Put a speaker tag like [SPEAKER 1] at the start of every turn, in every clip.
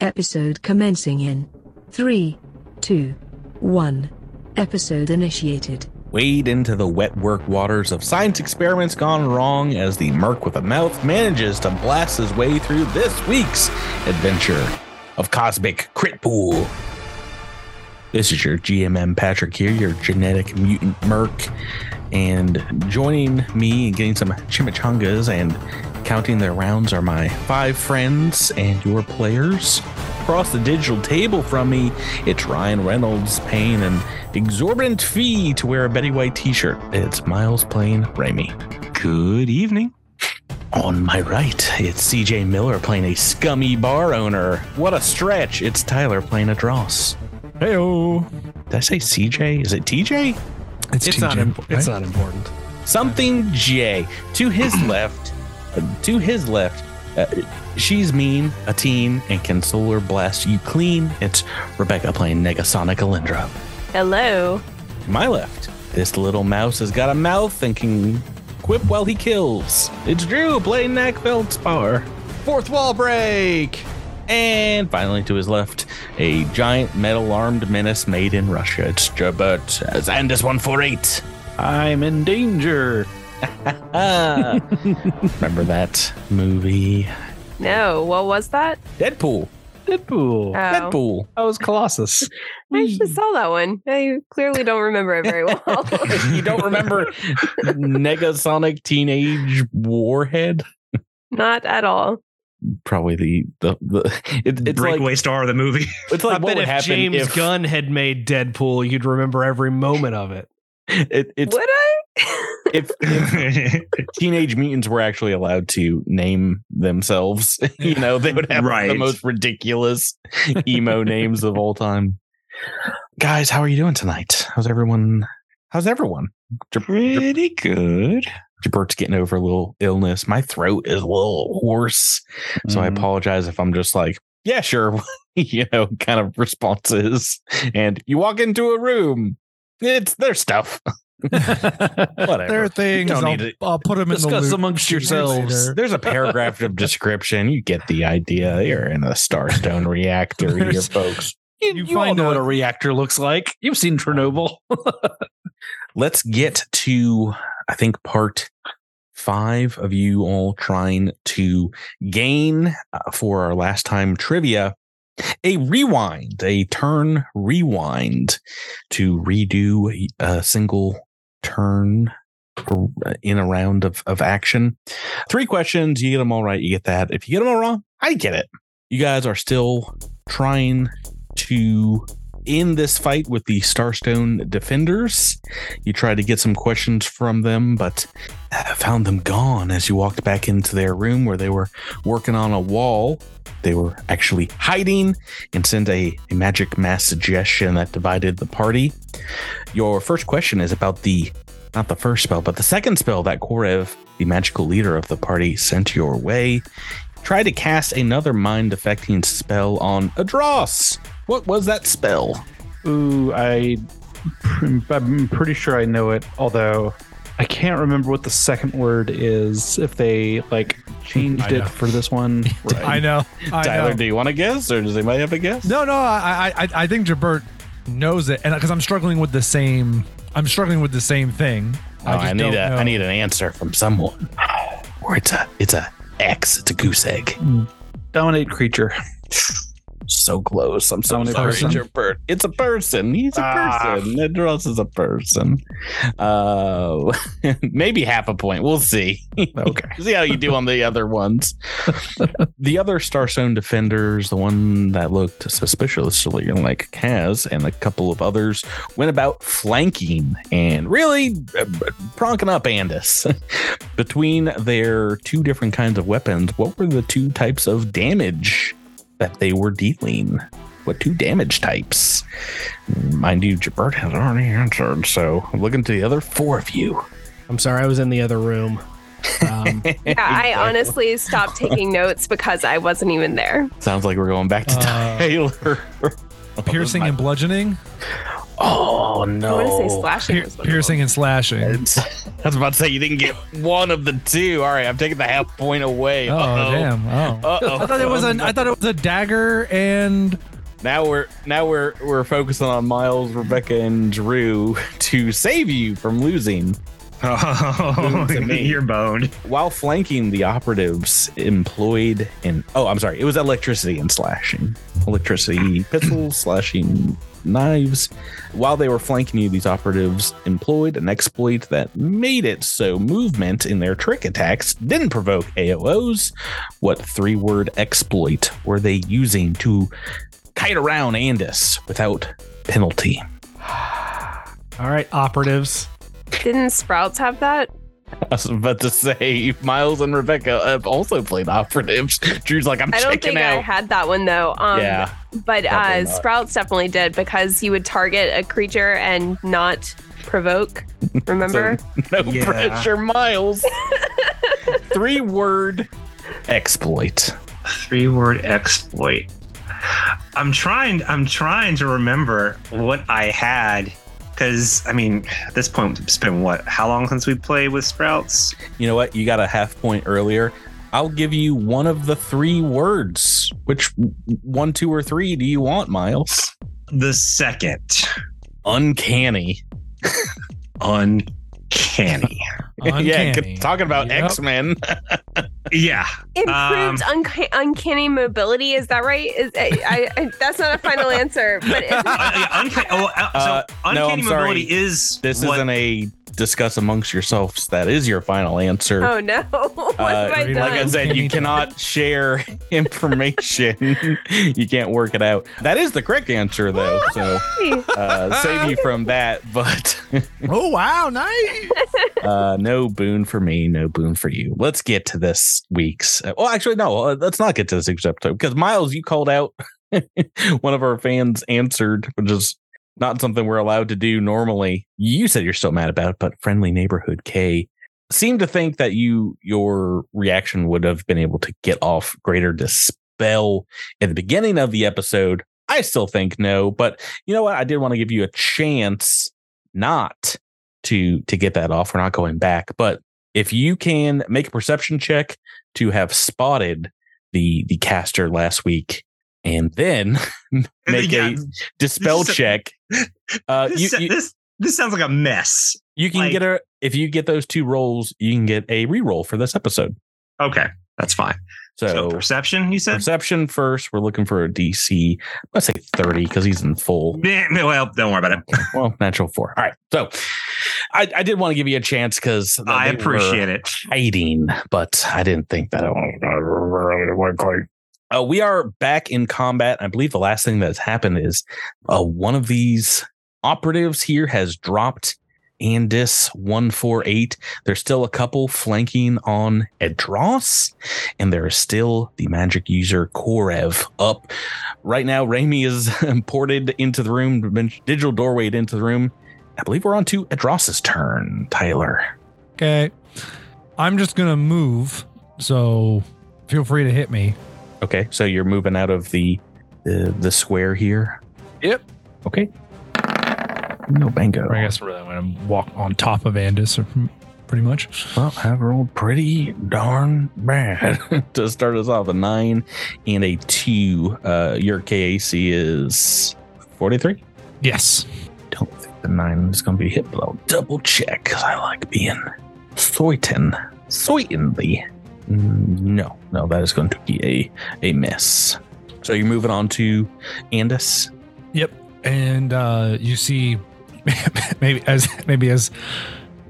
[SPEAKER 1] Episode commencing in 3, 2, 1. Episode initiated.
[SPEAKER 2] Wade into the wet work waters of science experiments gone wrong as the merc with a mouth manages to blast his way through this week's adventure of Cosmic Crit Pool. This is your GMM Patrick here, your genetic mutant merc, and joining me in getting some chimichangas and counting their rounds are my five friends and your players. Across the digital table from me, it's Ryan Reynolds paying an exorbitant fee to wear a Betty White t shirt. It's Miles playing Raimi.
[SPEAKER 3] Good evening.
[SPEAKER 2] On my right, it's CJ Miller playing a scummy bar owner. What a stretch! It's Tyler playing a dross.
[SPEAKER 3] Heyo.
[SPEAKER 2] Did I say CJ? Is it TJ?
[SPEAKER 4] It's,
[SPEAKER 3] It's not
[SPEAKER 4] TJ,
[SPEAKER 3] important. It's
[SPEAKER 4] right?
[SPEAKER 3] not important.
[SPEAKER 2] Something J. To his left, to his left, uh, she's mean, a teen, and can solar blast you clean. It's Rebecca playing Negasonic Alindra.
[SPEAKER 5] Hello.
[SPEAKER 2] To my left, this little mouse has got a mouth and can quip while he kills. It's Drew playing Knack Feldspar.
[SPEAKER 3] Fourth wall break.
[SPEAKER 2] And finally, to his left, a giant metal armed menace made in Russia. It's Jabert Zandis 148.
[SPEAKER 3] I'm in danger.
[SPEAKER 2] Ah, remember that movie?
[SPEAKER 5] No, what was that?
[SPEAKER 2] Deadpool.
[SPEAKER 3] Deadpool.
[SPEAKER 5] Oh.
[SPEAKER 2] Deadpool.
[SPEAKER 3] That was Colossus.
[SPEAKER 5] I
[SPEAKER 2] Hmm.
[SPEAKER 5] actually saw that one. I clearly don't remember it very well.
[SPEAKER 2] you don't remember Negasonic Teenage Warhead?
[SPEAKER 5] Not at all.
[SPEAKER 2] Probably the the, the it, it's
[SPEAKER 4] Breakaway
[SPEAKER 2] like
[SPEAKER 4] star of the movie.
[SPEAKER 2] it's like
[SPEAKER 3] I
[SPEAKER 2] what
[SPEAKER 3] bet
[SPEAKER 2] would
[SPEAKER 3] if
[SPEAKER 2] happen
[SPEAKER 3] James
[SPEAKER 2] if
[SPEAKER 3] Gunn had made Deadpool, you'd remember every moment of it.
[SPEAKER 2] it, it's
[SPEAKER 5] Would I?
[SPEAKER 2] if, if teenage mutants were actually allowed to name themselves, you know, they would have the
[SPEAKER 4] Right.
[SPEAKER 2] most ridiculous emo names of all time. Guys, how are you doing tonight? How's everyone? How's everyone?
[SPEAKER 4] Pretty good.
[SPEAKER 2] Jabert's getting over a little illness. My throat is a little hoarse. So I
[SPEAKER 4] Mm.
[SPEAKER 2] apologize if I'm just like, yeah, sure, you know, kind of responses. And you walk into a room, it's their stuff. Whatever.
[SPEAKER 4] There are things.
[SPEAKER 2] don't
[SPEAKER 4] I'll,
[SPEAKER 2] need to
[SPEAKER 4] I'll put them in the
[SPEAKER 2] Discuss
[SPEAKER 4] loop.
[SPEAKER 2] amongst yourselves.
[SPEAKER 4] Later.
[SPEAKER 2] There's a paragraph of description. You get the idea. You're in a Starstone reactor here,
[SPEAKER 3] There's-
[SPEAKER 2] folks.
[SPEAKER 3] You,
[SPEAKER 4] You
[SPEAKER 3] all
[SPEAKER 4] find
[SPEAKER 3] know what
[SPEAKER 4] out-
[SPEAKER 3] a reactor looks like. You've seen Chernobyl.
[SPEAKER 2] Let's get to, I think, part five of you all trying to gain uh, for our last time trivia a rewind, a turn rewind to redo a single turn for- in a round of, of action. Three questions. You get them all right. You get that. If you get them all wrong, I get it. You guys are still trying to end this fight with the Starstone defenders. You tried to get some questions from them, but uh, found them gone as you walked back into their room where they were working on a wall. They were actually hiding and sent a, a magic mass suggestion that divided the party. Your first question is about the not the first spell, but the second spell that Korev, the magical leader of the party, sent your way. Try to cast another mind affecting spell on Adros. What was that spell?
[SPEAKER 3] Ooh, I, I'm pretty sure I know it. Although I can't remember what the second word is. If they like changed
[SPEAKER 4] I
[SPEAKER 3] it
[SPEAKER 4] know.
[SPEAKER 3] for this one,
[SPEAKER 4] I know. I
[SPEAKER 2] Tyler,
[SPEAKER 4] know.
[SPEAKER 2] do you want to guess, or does anybody have a guess?
[SPEAKER 4] No, no. I, I, I- I think Jabert knows it, and because I'm struggling with the same, I'm struggling with the same thing.
[SPEAKER 2] Oh, I,
[SPEAKER 4] just
[SPEAKER 2] need
[SPEAKER 4] don't
[SPEAKER 2] a I
[SPEAKER 4] know.
[SPEAKER 2] need an answer from someone. Or it's a it's a X. It's a goose egg.
[SPEAKER 3] dominate creature.
[SPEAKER 2] So close. I'm so
[SPEAKER 3] Only
[SPEAKER 2] sorry,
[SPEAKER 3] person?
[SPEAKER 2] Jabert. It's a person. He's a
[SPEAKER 3] Ah.
[SPEAKER 2] person. Nedros is a person. Uh, maybe half a point. We'll see.
[SPEAKER 3] Okay.
[SPEAKER 2] See how you do on the other ones. the other Starstone defenders, the one that looked suspiciously like Kaz and a couple of others, went about flanking and really uh, pronking up Andis. Between their two different kinds of weapons, what were the two types of damage that they were dealing? What two damage types? Mind you, Jabert has already answered, so I'm looking to the other four of you.
[SPEAKER 6] I'm sorry, I was in the other room. Um,
[SPEAKER 5] Yeah, I honestly stopped taking notes because I wasn't even there.
[SPEAKER 2] Sounds like we're going back to
[SPEAKER 4] Uh,
[SPEAKER 2] Taylor.
[SPEAKER 4] Piercing and bludgeoning.
[SPEAKER 2] Oh no!
[SPEAKER 5] I want to say slashing. was one of
[SPEAKER 4] piercing and slashing.
[SPEAKER 2] I was about to say you didn't get one of the two. All right, I'm taking the half point away.
[SPEAKER 4] Oh
[SPEAKER 2] Uh-oh.
[SPEAKER 4] damn! Oh,
[SPEAKER 2] Uh-oh.
[SPEAKER 4] I thought it was a. I thought it was a dagger and
[SPEAKER 2] Now we're now we're we're focusing on Miles, Rebecca, and Drew to save you from losing
[SPEAKER 7] Oh,
[SPEAKER 2] to me.
[SPEAKER 7] you're boned.
[SPEAKER 2] while flanking the operatives employed in. Oh, I'm sorry. It was electricity and slashing, electricity pistols, slashing knives. While they were flanking you, these operatives employed an exploit that made it so movement in their trick attacks didn't provoke AOs. What three-word exploit were they using to kite around Andis without penalty?
[SPEAKER 6] All right, operatives.
[SPEAKER 5] those. Didn't Sprouts have that?
[SPEAKER 2] I was about to say Miles and Rebecca have also played operatives. Drew's like, I'm
[SPEAKER 5] I don't
[SPEAKER 2] checking
[SPEAKER 5] think I
[SPEAKER 2] out.
[SPEAKER 5] had that one though. Um,
[SPEAKER 2] yeah.
[SPEAKER 5] But
[SPEAKER 2] probably
[SPEAKER 5] uh,
[SPEAKER 2] not.
[SPEAKER 5] Sprouts definitely did because he would target a creature and not provoke. Remember?
[SPEAKER 2] No
[SPEAKER 7] Yeah.
[SPEAKER 2] pressure, Miles. Three word exploit.
[SPEAKER 7] Three word exploit. I'm trying. I'm trying to remember
[SPEAKER 8] Oh,
[SPEAKER 7] what I had. Because I mean, at this point, it's been what? How long since we played with Sprouts?
[SPEAKER 2] You know what? You got a half point earlier. I'll give you one of the three words. Which one, two, or three do you want, Miles?
[SPEAKER 7] The second
[SPEAKER 2] Uncanny.
[SPEAKER 7] uncanny.
[SPEAKER 2] yeah,
[SPEAKER 4] uncanny.
[SPEAKER 2] c- talking about
[SPEAKER 4] Yep.
[SPEAKER 2] X Men.
[SPEAKER 7] yeah,
[SPEAKER 5] Improved
[SPEAKER 2] Um,
[SPEAKER 5] unca- uncanny mobility. Is that right? Is I, I, I, that's not a final answer, but isn't
[SPEAKER 7] Un- yeah, unca- oh, uh, so
[SPEAKER 2] Uh, no,
[SPEAKER 7] uncanny
[SPEAKER 2] I'm sorry.
[SPEAKER 7] mobility is
[SPEAKER 2] This
[SPEAKER 7] what- Uh,
[SPEAKER 2] isn't a discuss amongst yourselves. That is your final answer.
[SPEAKER 5] Oh no! what
[SPEAKER 2] Uh,
[SPEAKER 5] have I
[SPEAKER 4] read
[SPEAKER 5] done?
[SPEAKER 2] like I said, you cannot share information. you can't work it out. That is the correct answer, though. So uh, save you from that. But
[SPEAKER 4] Oh wow! Nice.
[SPEAKER 2] uh, no boon for me, no boon for you. Let's get to this week's. Well, actually, no. uh, Let's not get to this week's episode because Miles, you called out one of our fans answered, which is not something we're allowed to do normally. You said you're still mad about it, but friendly neighborhood K seemed to think that you your reaction would have been able to get off greater dispel at the beginning of the episode. I still think no, but you know what? I did want to give you a chance not to to get that off. We're not going back, but if you can make a perception check to have spotted the the caster last week and then make
[SPEAKER 7] yeah,
[SPEAKER 2] a dispel
[SPEAKER 7] This is a-
[SPEAKER 2] check, uh, you,
[SPEAKER 7] this,
[SPEAKER 2] you
[SPEAKER 7] this this sounds like a mess.
[SPEAKER 2] you can
[SPEAKER 7] like-
[SPEAKER 2] get a if you get those two rolls, you can get a reroll for this episode.
[SPEAKER 7] Okay, that's fine. So,
[SPEAKER 2] So.
[SPEAKER 7] perception, you said.
[SPEAKER 2] Perception first. We're looking for a DC. Let's say 30 because he's in full.
[SPEAKER 7] Meh, meh, well, don't worry about it.
[SPEAKER 2] Well, natural four. All right. So I, I did want to give you a chance uh, because
[SPEAKER 7] I appreciate it.
[SPEAKER 2] hiding, but I didn't think that it really worked quite. Uh, we are back in combat. I believe the last thing that's happened is uh, one of these operatives here has dropped Andis 148. There's still a couple flanking on Edros, and there is still the magic user Korev up. Right now, Raimi is imported into the room, digital doorway into the room. I believe we're on to Edros's turn, Tyler.
[SPEAKER 4] Okay. I'm just gonna move. So feel free to hit me.
[SPEAKER 2] Okay, so you're moving out of the the, the square here.
[SPEAKER 4] Yep.
[SPEAKER 2] Okay. No bango.
[SPEAKER 4] Or I guess really I'm gonna walk on top of Andis, or pretty much.
[SPEAKER 2] Well, I've rolled pretty darn bad to start us off. A nine and a two. Uh, your KAC is forty-three.
[SPEAKER 4] Yes.
[SPEAKER 2] Don't think the nine is going to be hit, but I'll double check because I like being certain. Certainly. Mm, No, no, that is going to be a a miss. So you're moving on to Andis.
[SPEAKER 4] And uh, you see, maybe as maybe as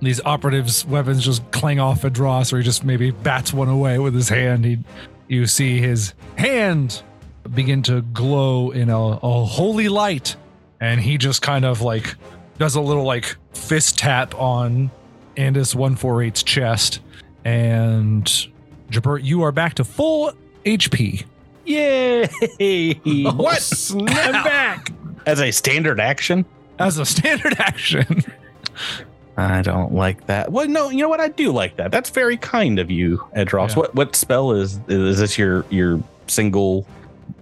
[SPEAKER 4] these operatives' weapons just clang off a dross, or he just maybe bats one away with his hand. He, you see his hand begin to glow in a, a holy light, and he just kind of like does a little like fist tap on Andis 148's chest. And Jabert, you are back to full HP.
[SPEAKER 2] Yay! Oh,
[SPEAKER 4] What?
[SPEAKER 2] I'm back! As a standard action?
[SPEAKER 4] as a standard action.
[SPEAKER 2] I don't like that. Well, no, you know what? I do like that. That's very kind of you, Edros.
[SPEAKER 4] Yeah.
[SPEAKER 2] What what spell is is this your your single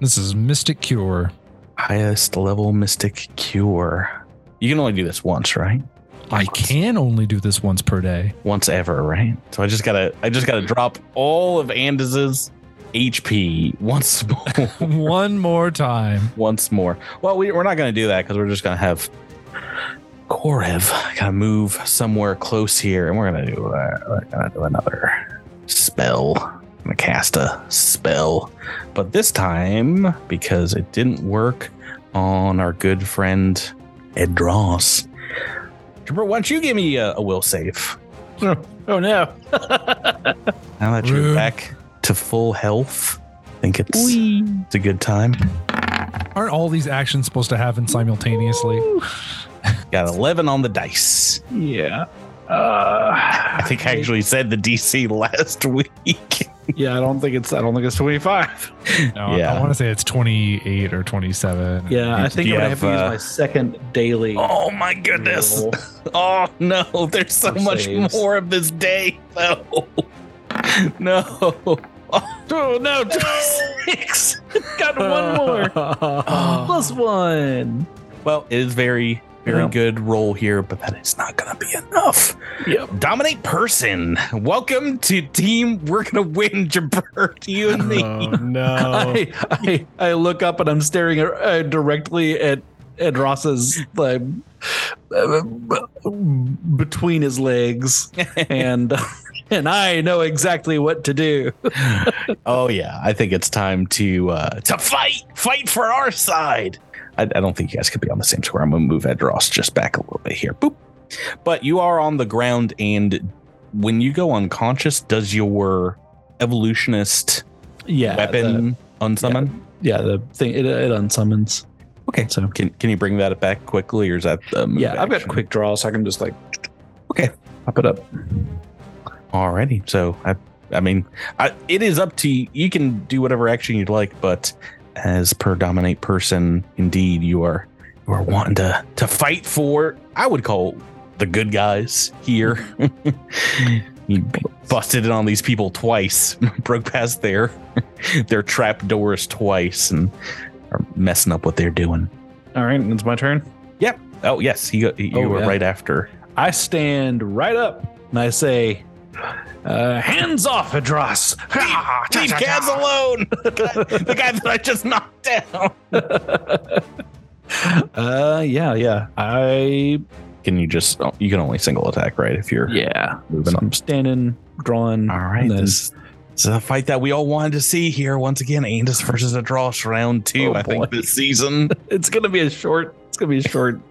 [SPEAKER 4] This is Mystic Cure.
[SPEAKER 2] highest level mystic cure? You can only do this once, right?
[SPEAKER 4] I can only do this once per day.
[SPEAKER 2] Once ever, right? So I just gotta, I just gotta drop all of Andes's HP once more.
[SPEAKER 4] One more time.
[SPEAKER 2] once more. Well, we, we're not going to do that because we're just going to have Korev kind of move somewhere close here, and we're going to do uh, we're gonna do another spell. I'm going to cast a spell, but this time because it didn't work on our good friend Edros. Jabber, why don't you give me a, a will save
[SPEAKER 6] Oh no.
[SPEAKER 2] now that you're
[SPEAKER 4] Rude.
[SPEAKER 2] back to full health? I think it's it's a good time.
[SPEAKER 4] Aren't all these actions supposed to happen simultaneously?
[SPEAKER 2] Got 11 on the dice.
[SPEAKER 6] Yeah. Uh,
[SPEAKER 2] I think I actually said the DC last week.
[SPEAKER 3] Yeah, I don't think it's I don't think it's 25.
[SPEAKER 4] No,
[SPEAKER 2] Yeah.
[SPEAKER 4] I, want to say it's 28 or 27.
[SPEAKER 3] Yeah, I think
[SPEAKER 2] do
[SPEAKER 3] I'm
[SPEAKER 2] you
[SPEAKER 3] gonna have,
[SPEAKER 2] have,
[SPEAKER 3] to use
[SPEAKER 2] uh,
[SPEAKER 3] my second daily.
[SPEAKER 2] Oh my goodness.
[SPEAKER 3] roll.
[SPEAKER 2] Oh no, there's so
[SPEAKER 3] Four
[SPEAKER 2] much
[SPEAKER 3] saves.
[SPEAKER 2] more of this day. No. No. Oh no, six. Got
[SPEAKER 6] Uh,
[SPEAKER 2] one more.
[SPEAKER 6] Plus one.
[SPEAKER 2] Well, it is very, very
[SPEAKER 6] Yeah.
[SPEAKER 2] good roll here, but that is not gonna be enough.
[SPEAKER 6] Yep.
[SPEAKER 2] Dominate person. Welcome to team. We're gonna win, Jabir. You and me.
[SPEAKER 6] Oh no.
[SPEAKER 3] I, I I look up and I'm staring at, uh, directly at at Ross's like uh, b- between his legs, and and I know exactly what to do.
[SPEAKER 2] oh yeah, I think it's time to uh, to fight, fight for our side. I, I don't think you guys could be on the same square. I'm gonna move Edros just back a little bit here. Boop. But you are on the ground, and when you go unconscious, does your evolutionist
[SPEAKER 3] Yeah, the-
[SPEAKER 2] weapon unsummon?
[SPEAKER 3] yeah, the thing it, it unsummons.
[SPEAKER 2] Okay,
[SPEAKER 3] so
[SPEAKER 2] Can can you bring that back quickly, or is that the move
[SPEAKER 3] yeah, I've got
[SPEAKER 2] action?
[SPEAKER 3] quick draw, so I can just like
[SPEAKER 2] Okay.
[SPEAKER 3] pop it up.
[SPEAKER 2] Alrighty. So I I mean I, it is up to you. you can do whatever action you'd like, but as per dominate person, indeed you are you are wanting to to fight for I would call the good guys here. you busted in on these people twice, broke past their their trap doors twice and are messing up what they're doing.
[SPEAKER 3] All right, it's my turn.
[SPEAKER 2] Oh yes, you you
[SPEAKER 3] Oh,
[SPEAKER 2] were
[SPEAKER 3] yeah.
[SPEAKER 2] right after.
[SPEAKER 3] I stand right up and I say, uh, "Hands off, Adros! Ha, Ah, cha,
[SPEAKER 2] Leave
[SPEAKER 3] cha,
[SPEAKER 2] Kaz
[SPEAKER 3] cha."
[SPEAKER 2] alone! the guy that I just knocked down.
[SPEAKER 3] Uh, yeah, yeah. I
[SPEAKER 2] Can you just you can only single attack, right? If you're
[SPEAKER 3] yeah.
[SPEAKER 2] moving
[SPEAKER 3] So
[SPEAKER 2] up.
[SPEAKER 3] I'm standing, drawing.
[SPEAKER 2] All right.
[SPEAKER 3] and then-
[SPEAKER 2] This, this is a fight that we all wanted to see here. Once again, Andis versus a Dross round two,
[SPEAKER 3] Oh,
[SPEAKER 2] I think,
[SPEAKER 3] boy.
[SPEAKER 2] this season.
[SPEAKER 3] it's gonna be a short. It's gonna be a short.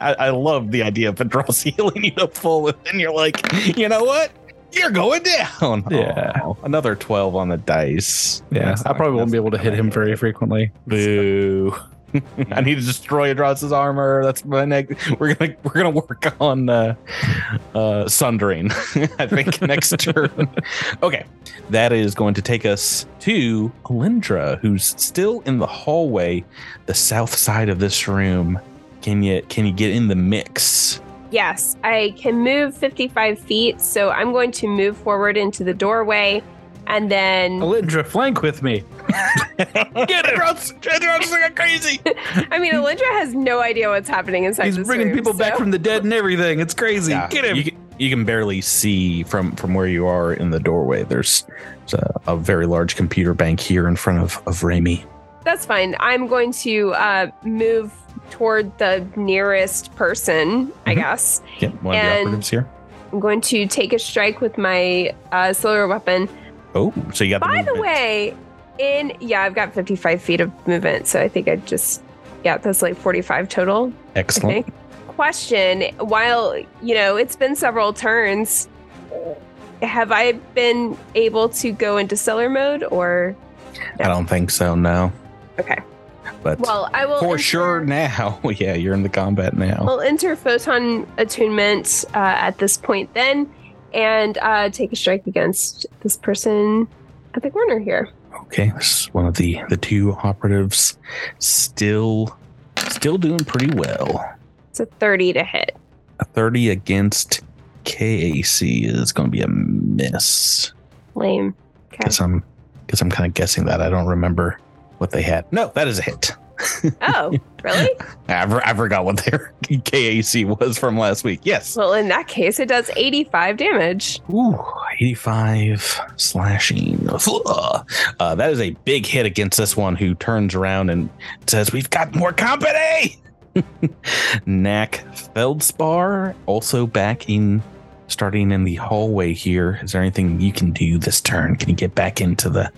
[SPEAKER 2] I, I love the idea of a Dross healing you up full, and then you're like, you know what? You're going down.
[SPEAKER 3] Yeah.
[SPEAKER 2] Oh, another 12 on the dice.
[SPEAKER 3] Yeah, I probably won't be able to hit him very frequently.
[SPEAKER 2] Boo. I need to destroy Adros's armor. That's my next. We're gonna we're gonna work on uh, uh, sundering. I think next turn. Okay, that is going to take us to Alindra, who's still in the hallway, the south side of this room. Can you can you get in the mix?
[SPEAKER 5] Yes, I can move 55 feet, so I'm going to move forward into the doorway and then
[SPEAKER 3] Alindra, flank with me.
[SPEAKER 2] Get Adros! Adros got crazy.
[SPEAKER 5] I mean Alindra has no idea what's happening inside
[SPEAKER 3] He's
[SPEAKER 5] this
[SPEAKER 3] bringing
[SPEAKER 5] room,
[SPEAKER 3] people back
[SPEAKER 5] so-
[SPEAKER 3] from the dead and everything. It's crazy. Get him.
[SPEAKER 2] You can, you can barely see from from where you are in the doorway. There's, there's a, a very large computer bank here in front of of Raimi.
[SPEAKER 5] That's fine. I'm going to uh, move toward the nearest person, I
[SPEAKER 2] Mhm.
[SPEAKER 5] guess.
[SPEAKER 2] Yeah, one of the
[SPEAKER 5] And-
[SPEAKER 2] operatives here.
[SPEAKER 5] I'm going to take a strike with my uh, solar weapon.
[SPEAKER 2] Oh, so you got.
[SPEAKER 5] By the
[SPEAKER 2] movement.
[SPEAKER 5] way, in yeah, I've got 55 feet of movement, so I think I just yeah, that's like 45 total. I
[SPEAKER 2] excellent.
[SPEAKER 5] think. Question: While you know it's been several turns, have I been able to go into seller mode or?
[SPEAKER 2] I don't think so. No.
[SPEAKER 5] Okay.
[SPEAKER 2] But
[SPEAKER 5] Well, I will
[SPEAKER 2] for
[SPEAKER 5] enter-
[SPEAKER 2] sure now. yeah, you're in the combat now.
[SPEAKER 5] I'll enter photon attunement uh, at this point then, and uh, take a strike against this person at the corner here.
[SPEAKER 2] okay, this is one of the the two operatives still still doing pretty well.
[SPEAKER 5] It's a 30 to hit.
[SPEAKER 2] A thirty against KAC is going to be a miss.
[SPEAKER 5] Lame. Okay.
[SPEAKER 2] Guess I'm guess I'm kind of guessing that. I don't remember what they had. No, that is a hit.
[SPEAKER 5] Oh, really?
[SPEAKER 2] I, for- I forgot what their KAC was from last week. Yes.
[SPEAKER 5] Well, in that case, it does 85 damage.
[SPEAKER 2] Ooh, 85 slashing. Uh, that is a big hit against this one who turns around and says, We've got more company. Knack Feldspar also back in, starting in the hallway here. Is there anything you can do this turn? Can you get back into the,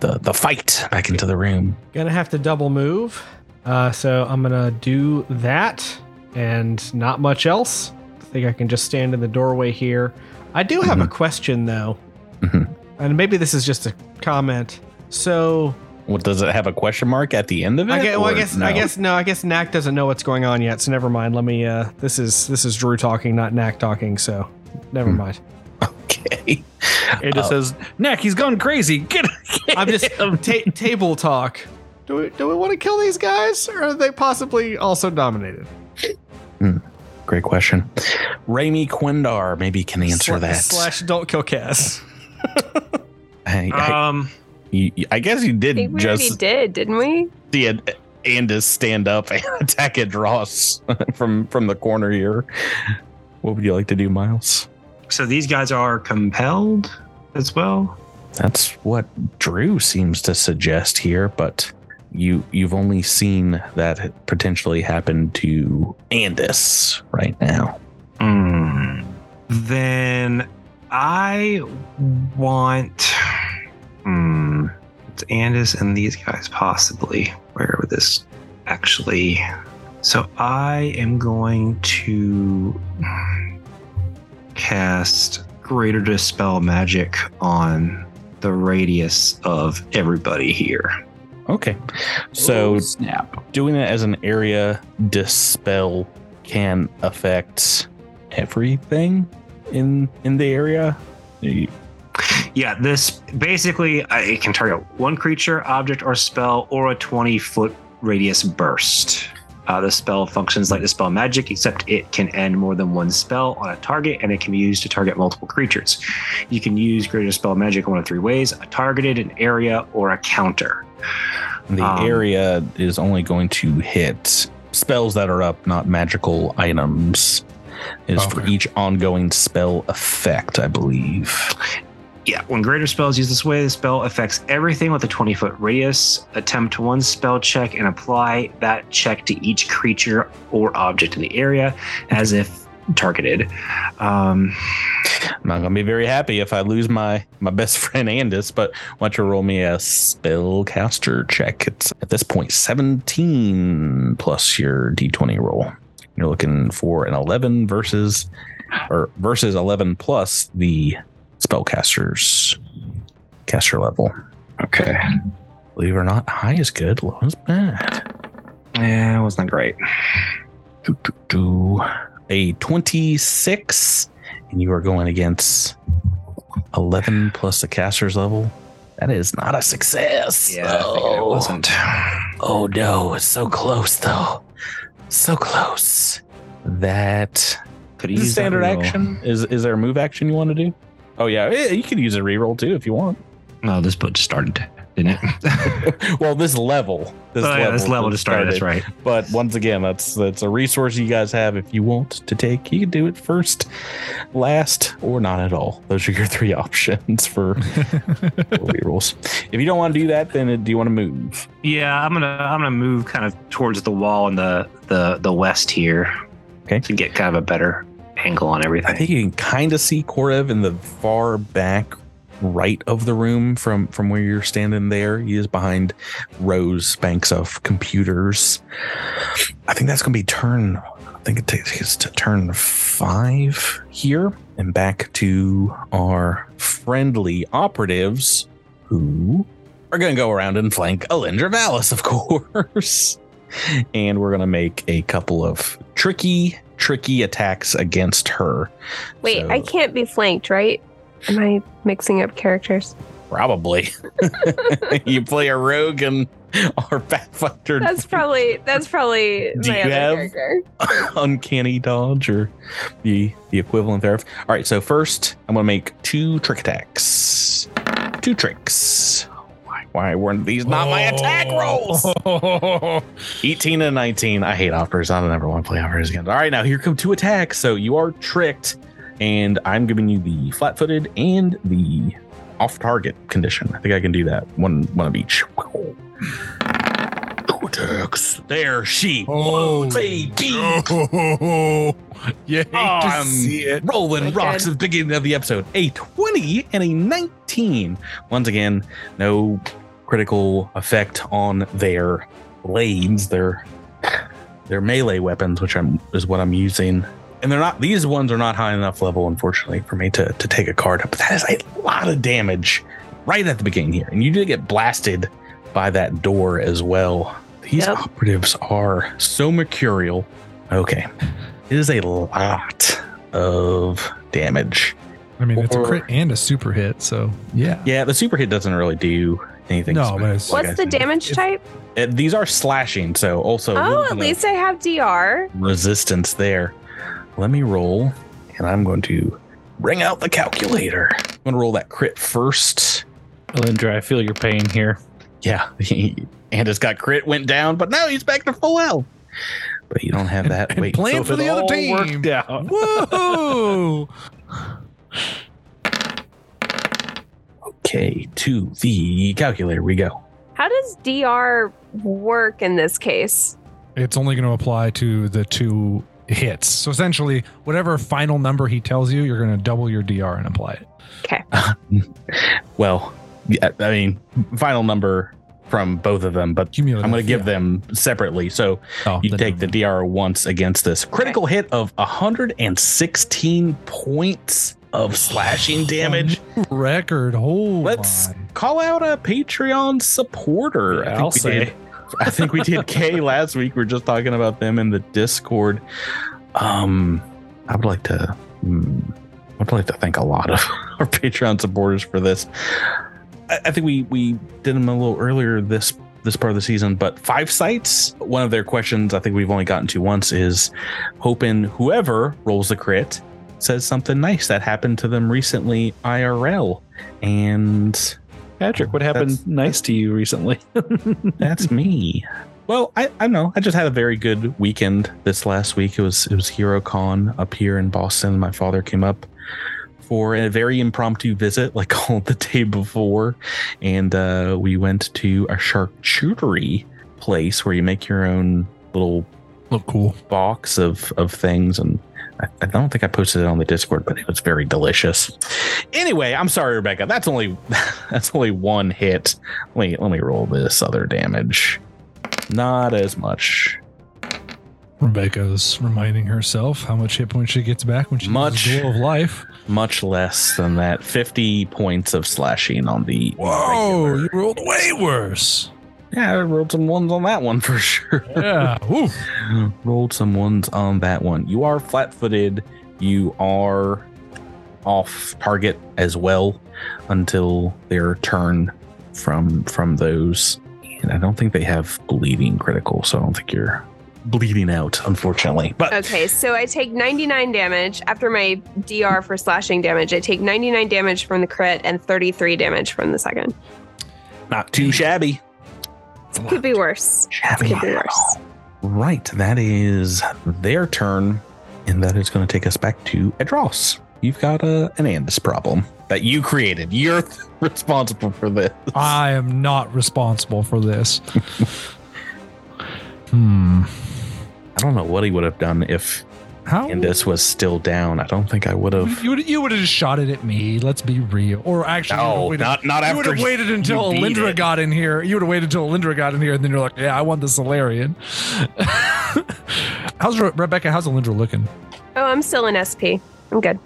[SPEAKER 2] the, the fight, back into the room?
[SPEAKER 8] Gonna have to double move. Uh, so I'm gonna do that and not much else. I think I can just stand in the doorway here. I do have a question though.
[SPEAKER 2] Mhm.
[SPEAKER 8] And maybe this is just a comment. So
[SPEAKER 2] What does it have a question mark at the end of it?
[SPEAKER 8] I guess, well, I
[SPEAKER 2] or
[SPEAKER 8] guess
[SPEAKER 2] no?
[SPEAKER 8] I guess no, I guess Knack doesn't know what's going on yet, so never mind. Let me uh this is this is Drew talking, not Knack talking, so never
[SPEAKER 2] Hmm.
[SPEAKER 8] mind.
[SPEAKER 2] Okay. Oh.
[SPEAKER 3] It just says, Neck, he's gone crazy. Get
[SPEAKER 8] I'm just ta- table talk. Do we do we want to kill these guys? Or are they possibly also dominated?
[SPEAKER 2] Great question. Raimi Quindar maybe can answer
[SPEAKER 8] Sla-
[SPEAKER 2] that.
[SPEAKER 8] Slash don't kill Cass.
[SPEAKER 2] I,
[SPEAKER 8] uh,
[SPEAKER 2] I-
[SPEAKER 7] Um,
[SPEAKER 2] you- you- I guess you
[SPEAKER 5] I think
[SPEAKER 2] did
[SPEAKER 5] we already
[SPEAKER 2] just
[SPEAKER 5] did, didn't we?
[SPEAKER 2] see it Andis stand up and attack at Ross from from the corner here. What would you like to do, Miles?
[SPEAKER 7] so these guys are compelled as well.
[SPEAKER 2] That's what Drew seems to suggest here, but you you've only seen that potentially happen to Andis right now.
[SPEAKER 7] Hmm. Then I want. Hmm. It's Andis and these guys, possibly. Where would this actually. So I am going to cast Greater Dispel Magic on the radius of everybody here.
[SPEAKER 2] Okay. So
[SPEAKER 6] Oh, snap.
[SPEAKER 2] doing that as an area dispel can affect everything in in the area. You-
[SPEAKER 7] Yeah, this basically I, it can target one creature, object, or spell, or a 20 foot radius burst. Uh, the spell functions like the spell magic, except it can end more than one spell on a target, and it can be used to target multiple creatures. You can use greater spell magic in one of three ways a targeted, an area, or a counter.
[SPEAKER 2] The
[SPEAKER 7] Um,
[SPEAKER 2] area is only going to hit spells that are up, not magical items. Is for
[SPEAKER 4] Okay.
[SPEAKER 2] each ongoing spell effect, I believe.
[SPEAKER 7] Yeah, when greater spells used this way, the spell affects everything with a 20 foot radius. Attempt one spell check and apply that check to each creature or object in the area as if targeted. Um,
[SPEAKER 2] I'm not gonna be very happy if I lose my my best friend Andis, but why don't you roll me a spellcaster check? It's at this point 17 plus your d20 roll. You're looking for an 11 versus or versus 11 plus the spellcaster's caster level.
[SPEAKER 7] okay.
[SPEAKER 2] Believe it or not, high is good, low is bad.
[SPEAKER 7] Yeah, eh, it wasn't great.
[SPEAKER 2] Do, do, do. A 26, and you are going against 11 plus the caster's level. That is not a success.
[SPEAKER 7] it
[SPEAKER 2] Oh.
[SPEAKER 7] wasn't.
[SPEAKER 2] Oh no, it's so close though. So close. That
[SPEAKER 7] Could
[SPEAKER 2] is standard action. Is is there a move action you want to do? Oh yeah, eh, you could use a reroll too if you want.
[SPEAKER 7] No, this book just started, didn't it?
[SPEAKER 2] well, this level, this,
[SPEAKER 7] oh, yeah, this level just started. That's right.
[SPEAKER 2] But once again, that's that's a resource you guys have if you want to take. You can do it first, last, or not at all. Those are your three options for rerolls. If you don't want to do that, then uh, do you want to move?
[SPEAKER 7] Yeah, I'm gonna I'm gonna move kind of towards the wall in the the the west here.
[SPEAKER 2] Okay.
[SPEAKER 7] To get kind of a better angle on everything.
[SPEAKER 2] I think you can kind of see Korev in the far back right of the room from from where you're standing there. He is behind rows, banks of computers. I think that's going to be turn. I think it takes us to turn five here and back to our friendly operatives who are going to go around and flank Alindra Valis, of course. and we're going to make a couple of tricky, tricky attacks against her.
[SPEAKER 5] Wait,
[SPEAKER 2] So-
[SPEAKER 5] I can't be flanked, right? Am I mixing up characters?
[SPEAKER 2] Probably. you play a rogue and our Pathfinder
[SPEAKER 5] That's probably that's probably
[SPEAKER 2] Do
[SPEAKER 5] my
[SPEAKER 2] you
[SPEAKER 5] other
[SPEAKER 2] have-
[SPEAKER 5] character.
[SPEAKER 2] uncanny dodge or the the equivalent thereof. All right, so first I'm gonna make two trick attacks. Two tricks. Oh my Why weren't these not my
[SPEAKER 4] Oh.
[SPEAKER 2] attack rolls? 18 and 19. I hate offers. I don't ever want to play offers again. All right, now here come two attacks. So you are tricked, and I'm giving you the flat footed and the off target condition. I think I can do that. One one of each. Two attacks. There she
[SPEAKER 4] Oh,
[SPEAKER 2] baby.
[SPEAKER 4] Oh, yeah.
[SPEAKER 2] I'm Rolling
[SPEAKER 5] Again.
[SPEAKER 2] rocks at the beginning of the episode. A 20 and a 19. Once again, no critical effect on their blades, their their melee weapons, which I'm is what I'm using. And they're not these ones are not high enough level, unfortunately, for me to, to take a card up. But that is a lot of damage right at the beginning here. And you do get blasted by that door as well. These
[SPEAKER 5] Yep.
[SPEAKER 2] operatives are so mercurial. Okay. It is a lot of damage.
[SPEAKER 4] I mean, it's a
[SPEAKER 2] Or-
[SPEAKER 4] crit and a super hit, so yeah.
[SPEAKER 2] Yeah, the super hit doesn't really do anything.
[SPEAKER 4] No,
[SPEAKER 2] special.
[SPEAKER 4] but it's-
[SPEAKER 5] What's the damage type?
[SPEAKER 2] Uh, these are slashing, so also a little
[SPEAKER 5] Oh,
[SPEAKER 2] bit
[SPEAKER 5] at
[SPEAKER 2] of
[SPEAKER 5] least I have DR.
[SPEAKER 2] resistance there. Let me roll, and I'm going to bring out the calculator. I'm going to roll that crit first.
[SPEAKER 6] Alindra, I feel your pain here.
[SPEAKER 2] Yeah, and it's got crit went down, but now he's back to full health. But you don't have that.
[SPEAKER 4] And
[SPEAKER 2] Wait,
[SPEAKER 4] playing
[SPEAKER 2] so
[SPEAKER 4] for the
[SPEAKER 2] it
[SPEAKER 4] other
[SPEAKER 2] all
[SPEAKER 4] team.
[SPEAKER 6] Worked out.
[SPEAKER 4] Whoa!
[SPEAKER 2] Okay, to the calculator we go.
[SPEAKER 5] How does DR work in this case?
[SPEAKER 4] it's only going to apply to the two hits. So essentially, whatever final number he tells you, you're going to double your DR and apply it.
[SPEAKER 2] Well, yeah, I mean, final number from both of them, but
[SPEAKER 4] Cumulative.
[SPEAKER 2] I'm going to give
[SPEAKER 4] yeah.
[SPEAKER 2] them separately. So
[SPEAKER 4] Oh,
[SPEAKER 2] you
[SPEAKER 4] then
[SPEAKER 2] take the
[SPEAKER 4] never
[SPEAKER 2] DR once against this critical hit of 116 points of slashing damage.
[SPEAKER 4] mind. record. Hold
[SPEAKER 2] Let's
[SPEAKER 4] on.
[SPEAKER 2] call out a Patreon supporter.
[SPEAKER 6] Yeah, I'll
[SPEAKER 2] we
[SPEAKER 6] say.
[SPEAKER 2] Did, I think we did K last week. We are just talking about them in the Discord. Um, I would like to. hmm, I'd like to thank a lot of our Patreon supporters for this. I, I think we we did them a little earlier this this part of the season, but five sites. One of their questions I think we've only gotten to once is hoping whoever rolls the crit says something nice that happened to them recently IRL. And
[SPEAKER 6] Patrick, what happened
[SPEAKER 2] That's-
[SPEAKER 6] nice to you recently?
[SPEAKER 2] that's me. Well, I, I don't know. I just had a very good weekend this last week. It was it was HeroCon up here in Boston. My father came up for a very impromptu visit, like all the day before, and uh, we went to a charcuterie place where you make your own little
[SPEAKER 4] Look cool.
[SPEAKER 2] box of of things and I, I don't think I posted it on the Discord, but it was very delicious. Anyway, I'm sorry, Rebecca. That's only that's only one hit. Let me let me roll this other damage. Not as much.
[SPEAKER 4] Rebecca's reminding herself how much hit points she gets back when she
[SPEAKER 2] Much.
[SPEAKER 4] uses glow of life.
[SPEAKER 2] Much less than that. 50 points of slashing on the
[SPEAKER 4] Whoa!
[SPEAKER 2] regular.
[SPEAKER 4] You rolled way worse.
[SPEAKER 2] Yeah, I rolled some ones on that one for sure.
[SPEAKER 4] Yeah. Woo.
[SPEAKER 2] rolled some ones on that one. You are flat footed. You are off target as well until their turn from from those. And I don't think they have bleeding critical, so I don't think you're bleeding out, unfortunately. But
[SPEAKER 5] Okay, so I take 99 damage after my DR for slashing damage. I take 99 damage from the crit and 33 damage from the second.
[SPEAKER 2] not too shabby.
[SPEAKER 5] Could be worse.
[SPEAKER 2] Shabby.
[SPEAKER 5] Could be worse.
[SPEAKER 2] Right, that is their turn, and that is going to take us back to Edros. You've got a, an Andis problem that you created. You're responsible for this.
[SPEAKER 4] I am not responsible for this. hmm.
[SPEAKER 2] I don't know what he would have done if
[SPEAKER 4] How?
[SPEAKER 2] Candace was still down. I don't think I would have.
[SPEAKER 4] You would you would have just shot it at me. Let's be real. Or actually, you would've
[SPEAKER 2] No,
[SPEAKER 4] waited-
[SPEAKER 2] not not
[SPEAKER 4] you would
[SPEAKER 2] after.
[SPEAKER 4] have waited until
[SPEAKER 2] beat
[SPEAKER 4] Alindra
[SPEAKER 2] it.
[SPEAKER 4] got in here. You would have waited until Alindra got in here, and then you're like, "Yeah, I want the Solarian." how's Re- Rebecca? How's Alindra looking?
[SPEAKER 5] Oh, I'm still in SP. I'm good.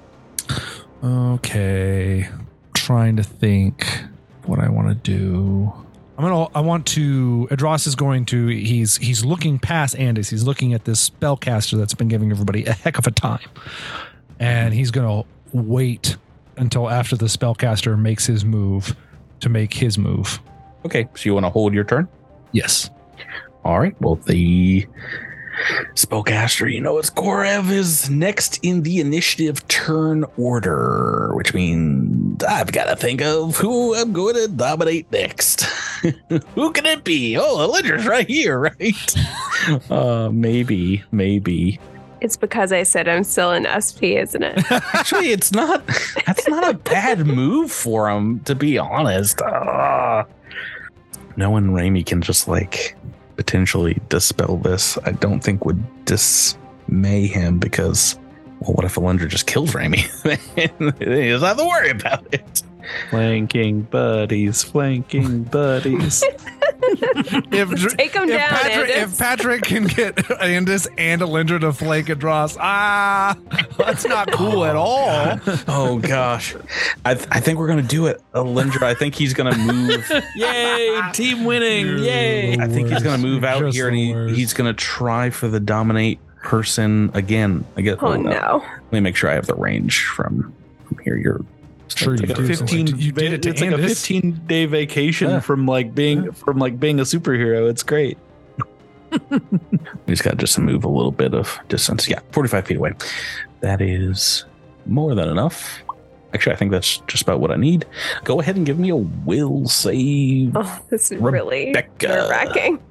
[SPEAKER 4] Okay, trying to think what I want to do. I'm gonna. I want to. Adros is going to. He's he's looking past Andis. He's looking at this spellcaster that's been giving everybody a heck of a time, and he's gonna wait until after the spellcaster makes his move to make his move.
[SPEAKER 2] Okay, so you want to hold your turn?
[SPEAKER 4] Yes.
[SPEAKER 2] All right. Well, the spellcaster, you know, it's Gorev is next in the initiative turn order, which means I've got to think of who I'm going to dominate next. Who can it be? Oh, Elendra's right here, right? uh, maybe, maybe.
[SPEAKER 5] It's because I said I'm still an SP, isn't it?
[SPEAKER 2] Actually, it's not. That's not a bad move for him, to be honest. Uh, knowing Raimi can just like potentially dispel this, I don't think would dismay him because, well, what if Elendra just kills Raimi? he doesn't have to worry about it.
[SPEAKER 6] Flanking buddies, flanking buddies.
[SPEAKER 4] If, Dr-
[SPEAKER 5] Take him
[SPEAKER 4] if
[SPEAKER 5] down.
[SPEAKER 4] Patrick,
[SPEAKER 5] Andis.
[SPEAKER 4] if Patrick can get Andis and Alindra to flank Adros, ah, that's not cool at all.
[SPEAKER 2] Oh gosh, I, th- I think we're gonna do it, Elendra. I think he's gonna move.
[SPEAKER 6] Yay, team winning. Yay.
[SPEAKER 2] I think he's gonna
[SPEAKER 4] Worst.
[SPEAKER 2] move out
[SPEAKER 4] Just
[SPEAKER 2] here, and
[SPEAKER 4] the
[SPEAKER 2] he,
[SPEAKER 4] worst.
[SPEAKER 2] he's gonna try for the dominate person again. I guess.
[SPEAKER 5] oh
[SPEAKER 2] well,
[SPEAKER 5] no.
[SPEAKER 2] Let me make sure I have the range from from here. You're
[SPEAKER 4] Sure, you
[SPEAKER 2] Like a
[SPEAKER 4] do.
[SPEAKER 6] 15
[SPEAKER 4] You did it to
[SPEAKER 6] it's like a
[SPEAKER 4] Andis.
[SPEAKER 6] 15 day vacation
[SPEAKER 2] Yeah.
[SPEAKER 6] from like being from like being a superhero. It's great.
[SPEAKER 2] he's got just to move a little bit of distance. Yeah, 45 feet away. That is more than enough. Actually, I think that's just about what I need. Go ahead and give me a will save.
[SPEAKER 5] Oh, this is really
[SPEAKER 2] Rebecca.
[SPEAKER 5] nerve wracking.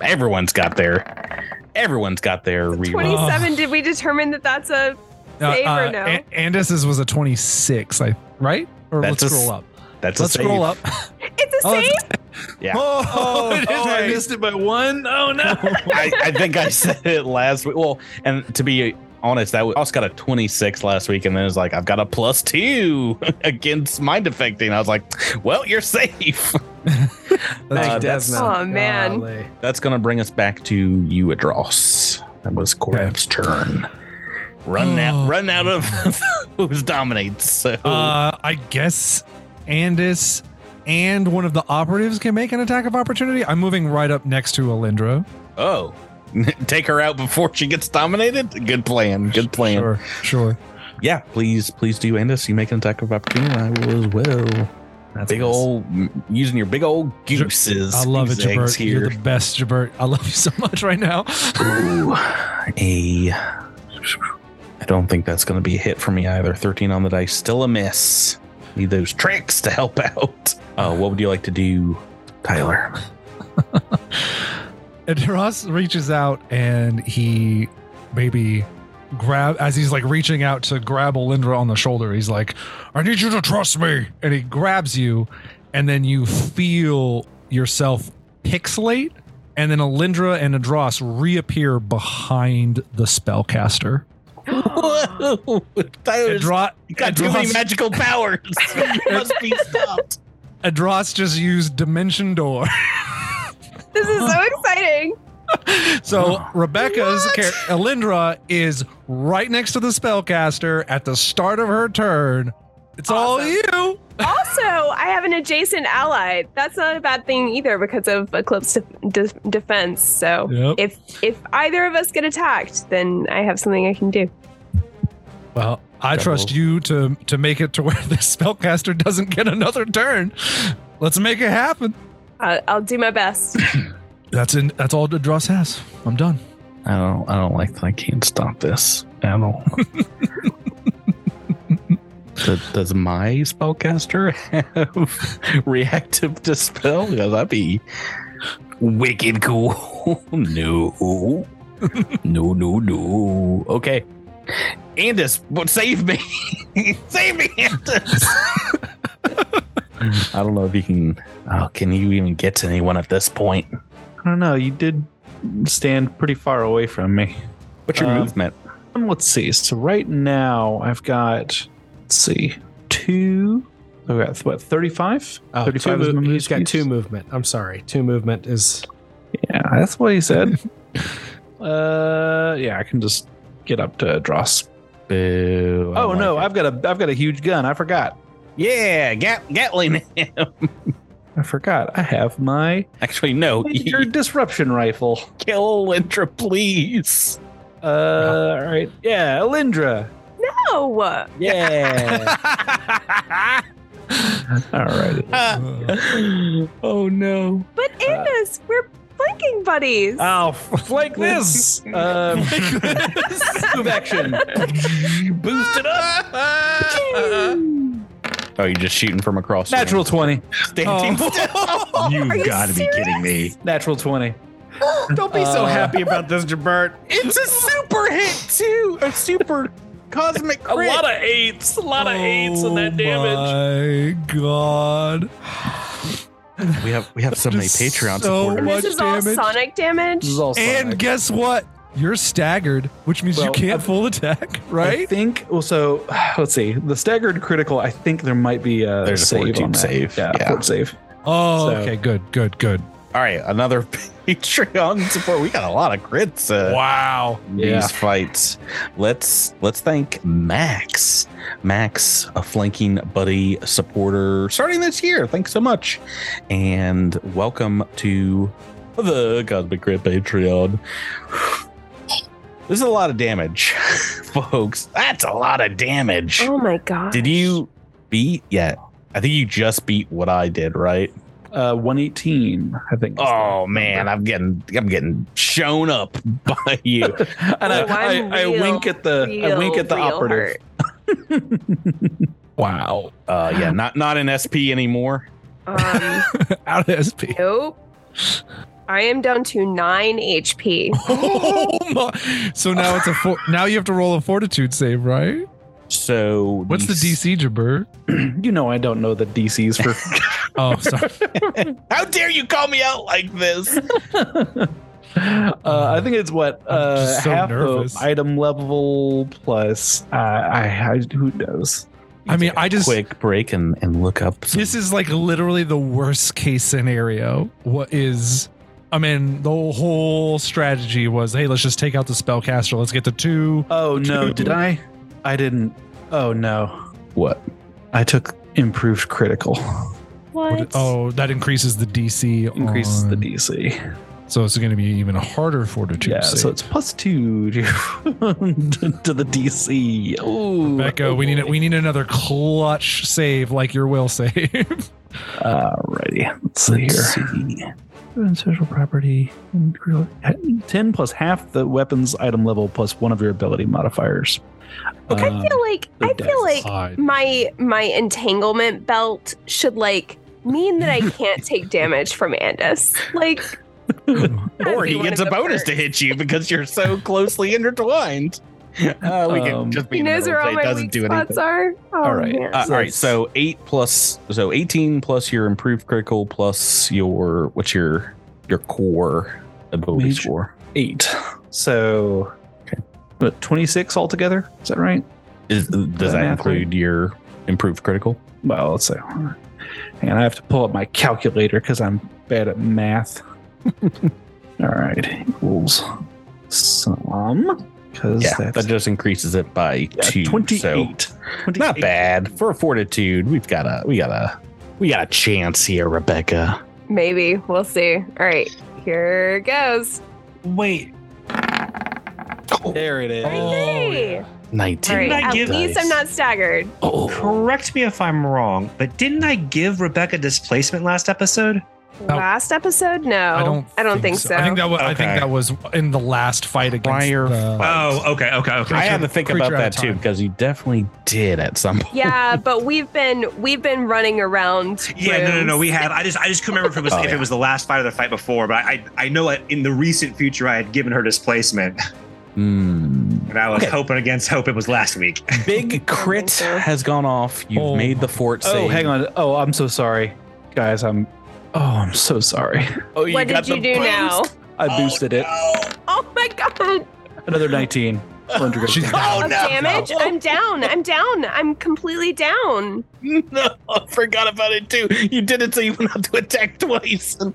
[SPEAKER 2] Everyone's got their everyone's got their reroll.
[SPEAKER 5] 27, did we determine that that's a. Save or no?
[SPEAKER 4] uh, A- Andis's was a 26, I, right? Or
[SPEAKER 2] That's a
[SPEAKER 4] let's
[SPEAKER 2] s-
[SPEAKER 4] scroll up.
[SPEAKER 2] That's
[SPEAKER 4] Let's
[SPEAKER 2] a save.
[SPEAKER 4] scroll up.
[SPEAKER 5] It's a
[SPEAKER 4] Oh,
[SPEAKER 5] save?
[SPEAKER 4] it's-
[SPEAKER 2] Yeah.
[SPEAKER 4] Oh, it is
[SPEAKER 6] I
[SPEAKER 4] a-
[SPEAKER 6] missed it by one. Oh no.
[SPEAKER 2] I, I think I said it last week. Well, and to be honest, I also got a 26 last week, and then it's like I've got a plus two against mind affecting. I was like, well, you're safe.
[SPEAKER 4] That's-
[SPEAKER 2] Uh, that's-
[SPEAKER 8] Desmond.
[SPEAKER 5] Aw, Oh, man.
[SPEAKER 8] Golly.
[SPEAKER 2] That's gonna bring us back to you, Adros. That was Korab's turn. Run
[SPEAKER 4] Oh.
[SPEAKER 2] out, run out of those dominates. So
[SPEAKER 4] Uh, I guess Andis and one of the operatives can make an attack of opportunity. I'm moving right up next to Alindra.
[SPEAKER 2] oh, take her out before she gets dominated. Good plan. Good plan.
[SPEAKER 4] Sure, sure.
[SPEAKER 2] yeah, please, please do, Andis. You make an attack of opportunity. and I will as well. big old using your big old gooses.
[SPEAKER 4] I love it,
[SPEAKER 2] goose eggs
[SPEAKER 4] Jabert. You're
[SPEAKER 2] Here,
[SPEAKER 4] the best, Jabert. I love you so much right now.
[SPEAKER 2] Ooh, a. I don't think that's going to be a hit for me either. Thirteen on the dice, still a miss. Need those tricks to help out. Uh, what would you like to do, Tyler?
[SPEAKER 4] And Ross reaches out and he maybe grab as he's like reaching out to grab Olindra on the shoulder. He's like, "I need you to trust me," and he grabs you, and then you feel yourself pixelate, and then Olindra and Adros reappear behind the spellcaster.
[SPEAKER 2] Whoa, Tyler's
[SPEAKER 4] Adro-
[SPEAKER 2] got too many
[SPEAKER 4] Adros,
[SPEAKER 2] magical powers. He must be stopped.
[SPEAKER 4] Adros just used Dimension Door.
[SPEAKER 5] This is so exciting.
[SPEAKER 4] So Rebecca's char- Elindra is right next to the spellcaster at the start of her turn. It's all
[SPEAKER 5] Awesome.
[SPEAKER 4] you.
[SPEAKER 5] Also, I have an adjacent ally. That's not a bad thing either because of Eclipse de- de- defense. So
[SPEAKER 4] Yep.
[SPEAKER 5] if if either of us get attacked, then I have something I can do.
[SPEAKER 4] Well, I
[SPEAKER 2] Double.
[SPEAKER 4] trust you to to make it to where the spellcaster doesn't get another turn. Let's make it happen.
[SPEAKER 5] I'll, I'll do my best.
[SPEAKER 4] That's in. That's all the Dross has. I'm done.
[SPEAKER 2] I don't. I don't like that. I can't stop this at all. does, does my spellcaster have reactive dispel? Yeah, that'd be wicked cool. no, no, no, no. Okay, Andis, what? Save me! save me, Andis! I don't know if you can. Oh, can you even get to anyone at this point?
[SPEAKER 6] I don't know. You did stand pretty far away from me.
[SPEAKER 2] What's your
[SPEAKER 6] Uh,
[SPEAKER 2] movement?
[SPEAKER 6] Um, let's see. So right now I've got let's see two. I've got what thirty five.
[SPEAKER 8] Oh,
[SPEAKER 6] Thirty
[SPEAKER 8] two
[SPEAKER 6] five is
[SPEAKER 8] mo-
[SPEAKER 6] my move
[SPEAKER 8] he's got
[SPEAKER 6] speed?
[SPEAKER 8] two movement. I'm sorry, two movement is
[SPEAKER 6] Yeah, that's what he said. uh, yeah, I can just get up to Dross.
[SPEAKER 2] Boo! I
[SPEAKER 6] Oh
[SPEAKER 2] don't
[SPEAKER 6] no,
[SPEAKER 2] like it.
[SPEAKER 6] I've got a I've got a huge gun. I forgot.
[SPEAKER 2] Yeah, Gat- Gatling.
[SPEAKER 6] I forgot. I have my
[SPEAKER 2] Actually, no.
[SPEAKER 6] your disruption rifle.
[SPEAKER 2] Kill Lintra, please.
[SPEAKER 6] Uh, all right. Yeah, Alindra.
[SPEAKER 5] No,
[SPEAKER 6] Yeah. all right. Uh,
[SPEAKER 2] oh no.
[SPEAKER 5] but
[SPEAKER 4] Uh,
[SPEAKER 5] Andis, we're flanking buddies.
[SPEAKER 6] Oh, flank this. Uh, move action.
[SPEAKER 2] Boost it up. Oh, you're just shooting from across. the
[SPEAKER 6] Natural
[SPEAKER 2] room. Oh.
[SPEAKER 6] 20.
[SPEAKER 2] Standing
[SPEAKER 7] You've
[SPEAKER 5] you
[SPEAKER 7] got to be kidding me.
[SPEAKER 6] Natural 20.
[SPEAKER 9] Don't be so
[SPEAKER 6] Uh,
[SPEAKER 9] happy about this, Jabert.
[SPEAKER 2] It's a super hit too. A super cosmic
[SPEAKER 6] A
[SPEAKER 2] crit.
[SPEAKER 6] lot of eights. A lot of eights in that damage.
[SPEAKER 4] Oh My God.
[SPEAKER 2] we have we have so many
[SPEAKER 4] Just
[SPEAKER 2] Patreon
[SPEAKER 4] so
[SPEAKER 2] supporters.
[SPEAKER 5] And this
[SPEAKER 4] much
[SPEAKER 5] is all
[SPEAKER 4] damage.
[SPEAKER 5] sonic damage.
[SPEAKER 6] This is all
[SPEAKER 4] And
[SPEAKER 6] Sonic.
[SPEAKER 4] guess what? You're staggered, which means you
[SPEAKER 6] Well,
[SPEAKER 4] can't
[SPEAKER 6] I've-
[SPEAKER 4] full attack,
[SPEAKER 6] I
[SPEAKER 4] right?
[SPEAKER 6] think, well, so let's see. The staggered critical, I think there might be a
[SPEAKER 2] There's a
[SPEAKER 6] save on
[SPEAKER 2] fortitude
[SPEAKER 6] that.
[SPEAKER 2] save,
[SPEAKER 6] Yeah,
[SPEAKER 2] yeah.
[SPEAKER 6] fort save.
[SPEAKER 4] Oh,
[SPEAKER 6] So-
[SPEAKER 4] okay, good, good, good.
[SPEAKER 2] All right, another Patreon support. We got a lot of crits. Uh,
[SPEAKER 4] Wow.
[SPEAKER 2] these
[SPEAKER 6] Yeah.
[SPEAKER 2] fights. Let's let's thank Max. Max, a flanking buddy supporter starting this year. Thanks so much. And welcome to the Cosmic Crit Patreon. This is a lot of damage, folks. That's a lot of damage.
[SPEAKER 5] Oh my god.
[SPEAKER 2] Did you beat Yeah, I think you just beat what I did, right?
[SPEAKER 6] Uh, 118, I think. is
[SPEAKER 2] Oh man, I'm getting I'm getting shown up by you.
[SPEAKER 6] the- and I,
[SPEAKER 5] Oh, I'm
[SPEAKER 6] I, I
[SPEAKER 5] real,
[SPEAKER 6] wink at the I
[SPEAKER 5] Real,
[SPEAKER 6] wink at the
[SPEAKER 5] real
[SPEAKER 6] operative.
[SPEAKER 4] Wow.
[SPEAKER 2] Uh, yeah, not not an SP anymore.
[SPEAKER 5] hurt. Um,
[SPEAKER 4] Out of SP.
[SPEAKER 5] nope. I am down to nine HP.
[SPEAKER 4] Oh my. So now it's a for- now you have to roll a fortitude save, right?
[SPEAKER 2] So
[SPEAKER 4] What's the DC, Jabir?
[SPEAKER 6] You know, I don't know the DCs for.
[SPEAKER 4] Oh, sorry.
[SPEAKER 2] How dare you call me out like this?
[SPEAKER 6] uh, I think it's what
[SPEAKER 4] I'm
[SPEAKER 6] uh,
[SPEAKER 4] just so
[SPEAKER 6] half
[SPEAKER 4] nervous.
[SPEAKER 6] of item level plus. Uh, I, I who knows.
[SPEAKER 4] I mean, I just
[SPEAKER 2] Quick break and and look up. some-
[SPEAKER 4] this is like literally the worst case scenario. What is? I mean, the whole strategy was, hey, let's just take out the spellcaster. Let's get to two.
[SPEAKER 6] Oh no,
[SPEAKER 4] Two.
[SPEAKER 6] did I? I didn't. Oh no,
[SPEAKER 2] what?
[SPEAKER 6] I took improved critical.
[SPEAKER 4] What it- oh, that increases the DC.
[SPEAKER 6] Increases the
[SPEAKER 4] on-
[SPEAKER 6] DC.
[SPEAKER 4] So it's going to be even harder fortitude.
[SPEAKER 6] Yeah,
[SPEAKER 4] save.
[SPEAKER 6] so it's plus two to, to the DC. Oh,
[SPEAKER 4] Becca, we need it. We need another clutch save, like your will save.
[SPEAKER 6] Alrighty, let's see here. And social property. Ten plus half the weapon's item level plus one of your ability modifiers.
[SPEAKER 5] I
[SPEAKER 6] Um,
[SPEAKER 5] feel like I
[SPEAKER 6] the
[SPEAKER 5] feel like
[SPEAKER 4] Hide.
[SPEAKER 5] my my entanglement belt should like mean that I can't take damage from Andis. Like
[SPEAKER 2] Or he
[SPEAKER 5] Everyone
[SPEAKER 2] gets a
[SPEAKER 5] in the
[SPEAKER 2] bonus
[SPEAKER 5] park.
[SPEAKER 2] to hit you because you're so closely intertwined. Uh, we can
[SPEAKER 6] Um,
[SPEAKER 2] just be
[SPEAKER 5] he
[SPEAKER 2] in the
[SPEAKER 5] knows
[SPEAKER 2] middle
[SPEAKER 5] where all
[SPEAKER 2] and say it
[SPEAKER 5] my
[SPEAKER 2] doesn't
[SPEAKER 5] weak
[SPEAKER 2] do anything.
[SPEAKER 5] spots are. Oh,
[SPEAKER 6] All right.
[SPEAKER 5] man.
[SPEAKER 2] Uh, all right, so eight plus, so eighteen plus your improved critical plus your what's your your core ability
[SPEAKER 6] Major-
[SPEAKER 2] score?
[SPEAKER 6] Eight. So, what, 26 altogether? Is that right?
[SPEAKER 2] Is, does that
[SPEAKER 6] math right?
[SPEAKER 2] include your improved critical?
[SPEAKER 6] Well, let's say. And I have to pull up my calculator because I'm bad at math. All right, equals sum. Because
[SPEAKER 2] Yeah,
[SPEAKER 6] that's
[SPEAKER 2] that just increases it by
[SPEAKER 6] yeah,
[SPEAKER 2] two.
[SPEAKER 6] 28.
[SPEAKER 2] So
[SPEAKER 6] 28.
[SPEAKER 2] not bad for fortitude. We've got a we got a we got a chance here, Rebecca.
[SPEAKER 5] maybe we'll see. All right, here goes.
[SPEAKER 7] Wait,
[SPEAKER 6] There it
[SPEAKER 2] Oh,
[SPEAKER 6] is.
[SPEAKER 5] Hey.
[SPEAKER 2] Nineteen.
[SPEAKER 5] All right,
[SPEAKER 7] I
[SPEAKER 5] at
[SPEAKER 7] give-
[SPEAKER 5] least I'm not staggered.
[SPEAKER 2] Oh,
[SPEAKER 7] correct me if I'm wrong, but didn't I give Rebecca displacement last episode?
[SPEAKER 4] No.
[SPEAKER 5] Last episode? No,
[SPEAKER 4] I don't.
[SPEAKER 5] think so.
[SPEAKER 4] I think that was. I
[SPEAKER 7] Okay.
[SPEAKER 4] think that was in the last fight against
[SPEAKER 2] Prior
[SPEAKER 4] the-
[SPEAKER 2] fight.
[SPEAKER 7] Oh, okay, okay, okay.
[SPEAKER 2] I had to think
[SPEAKER 4] creature
[SPEAKER 2] about
[SPEAKER 4] out
[SPEAKER 2] that
[SPEAKER 4] of
[SPEAKER 2] too
[SPEAKER 4] time.
[SPEAKER 2] because you definitely did at some point.
[SPEAKER 5] yeah, but we've been we've been running around.
[SPEAKER 7] Yeah, no, no, no.
[SPEAKER 5] rooms.
[SPEAKER 7] We have. I just, I just couldn't remember if it was
[SPEAKER 2] Oh,
[SPEAKER 7] if
[SPEAKER 2] yeah.
[SPEAKER 7] it was the last fight or the fight before. But I, I, I know in the recent future I had given her displacement,
[SPEAKER 2] Hmm.
[SPEAKER 7] and I was
[SPEAKER 2] Okay.
[SPEAKER 7] hoping against hope it was last week.
[SPEAKER 2] Big crit
[SPEAKER 5] so.
[SPEAKER 2] has gone off. You've
[SPEAKER 4] Oh.
[SPEAKER 2] made the fort
[SPEAKER 6] Oh,
[SPEAKER 2] save.
[SPEAKER 6] hang on. Oh, I'm so sorry, guys. I'm. Oh, I'm so sorry.
[SPEAKER 2] Oh,
[SPEAKER 5] What did you do now?
[SPEAKER 6] I boosted it.
[SPEAKER 5] Oh my god!
[SPEAKER 6] Another 19. Wonder good.
[SPEAKER 4] She's
[SPEAKER 2] Oh,
[SPEAKER 5] of
[SPEAKER 2] no,
[SPEAKER 5] damage.
[SPEAKER 2] no.
[SPEAKER 5] I'm down. I'm down. I'm completely down.
[SPEAKER 2] No, I forgot about it too. You did it so you wouldn't have to attack twice. And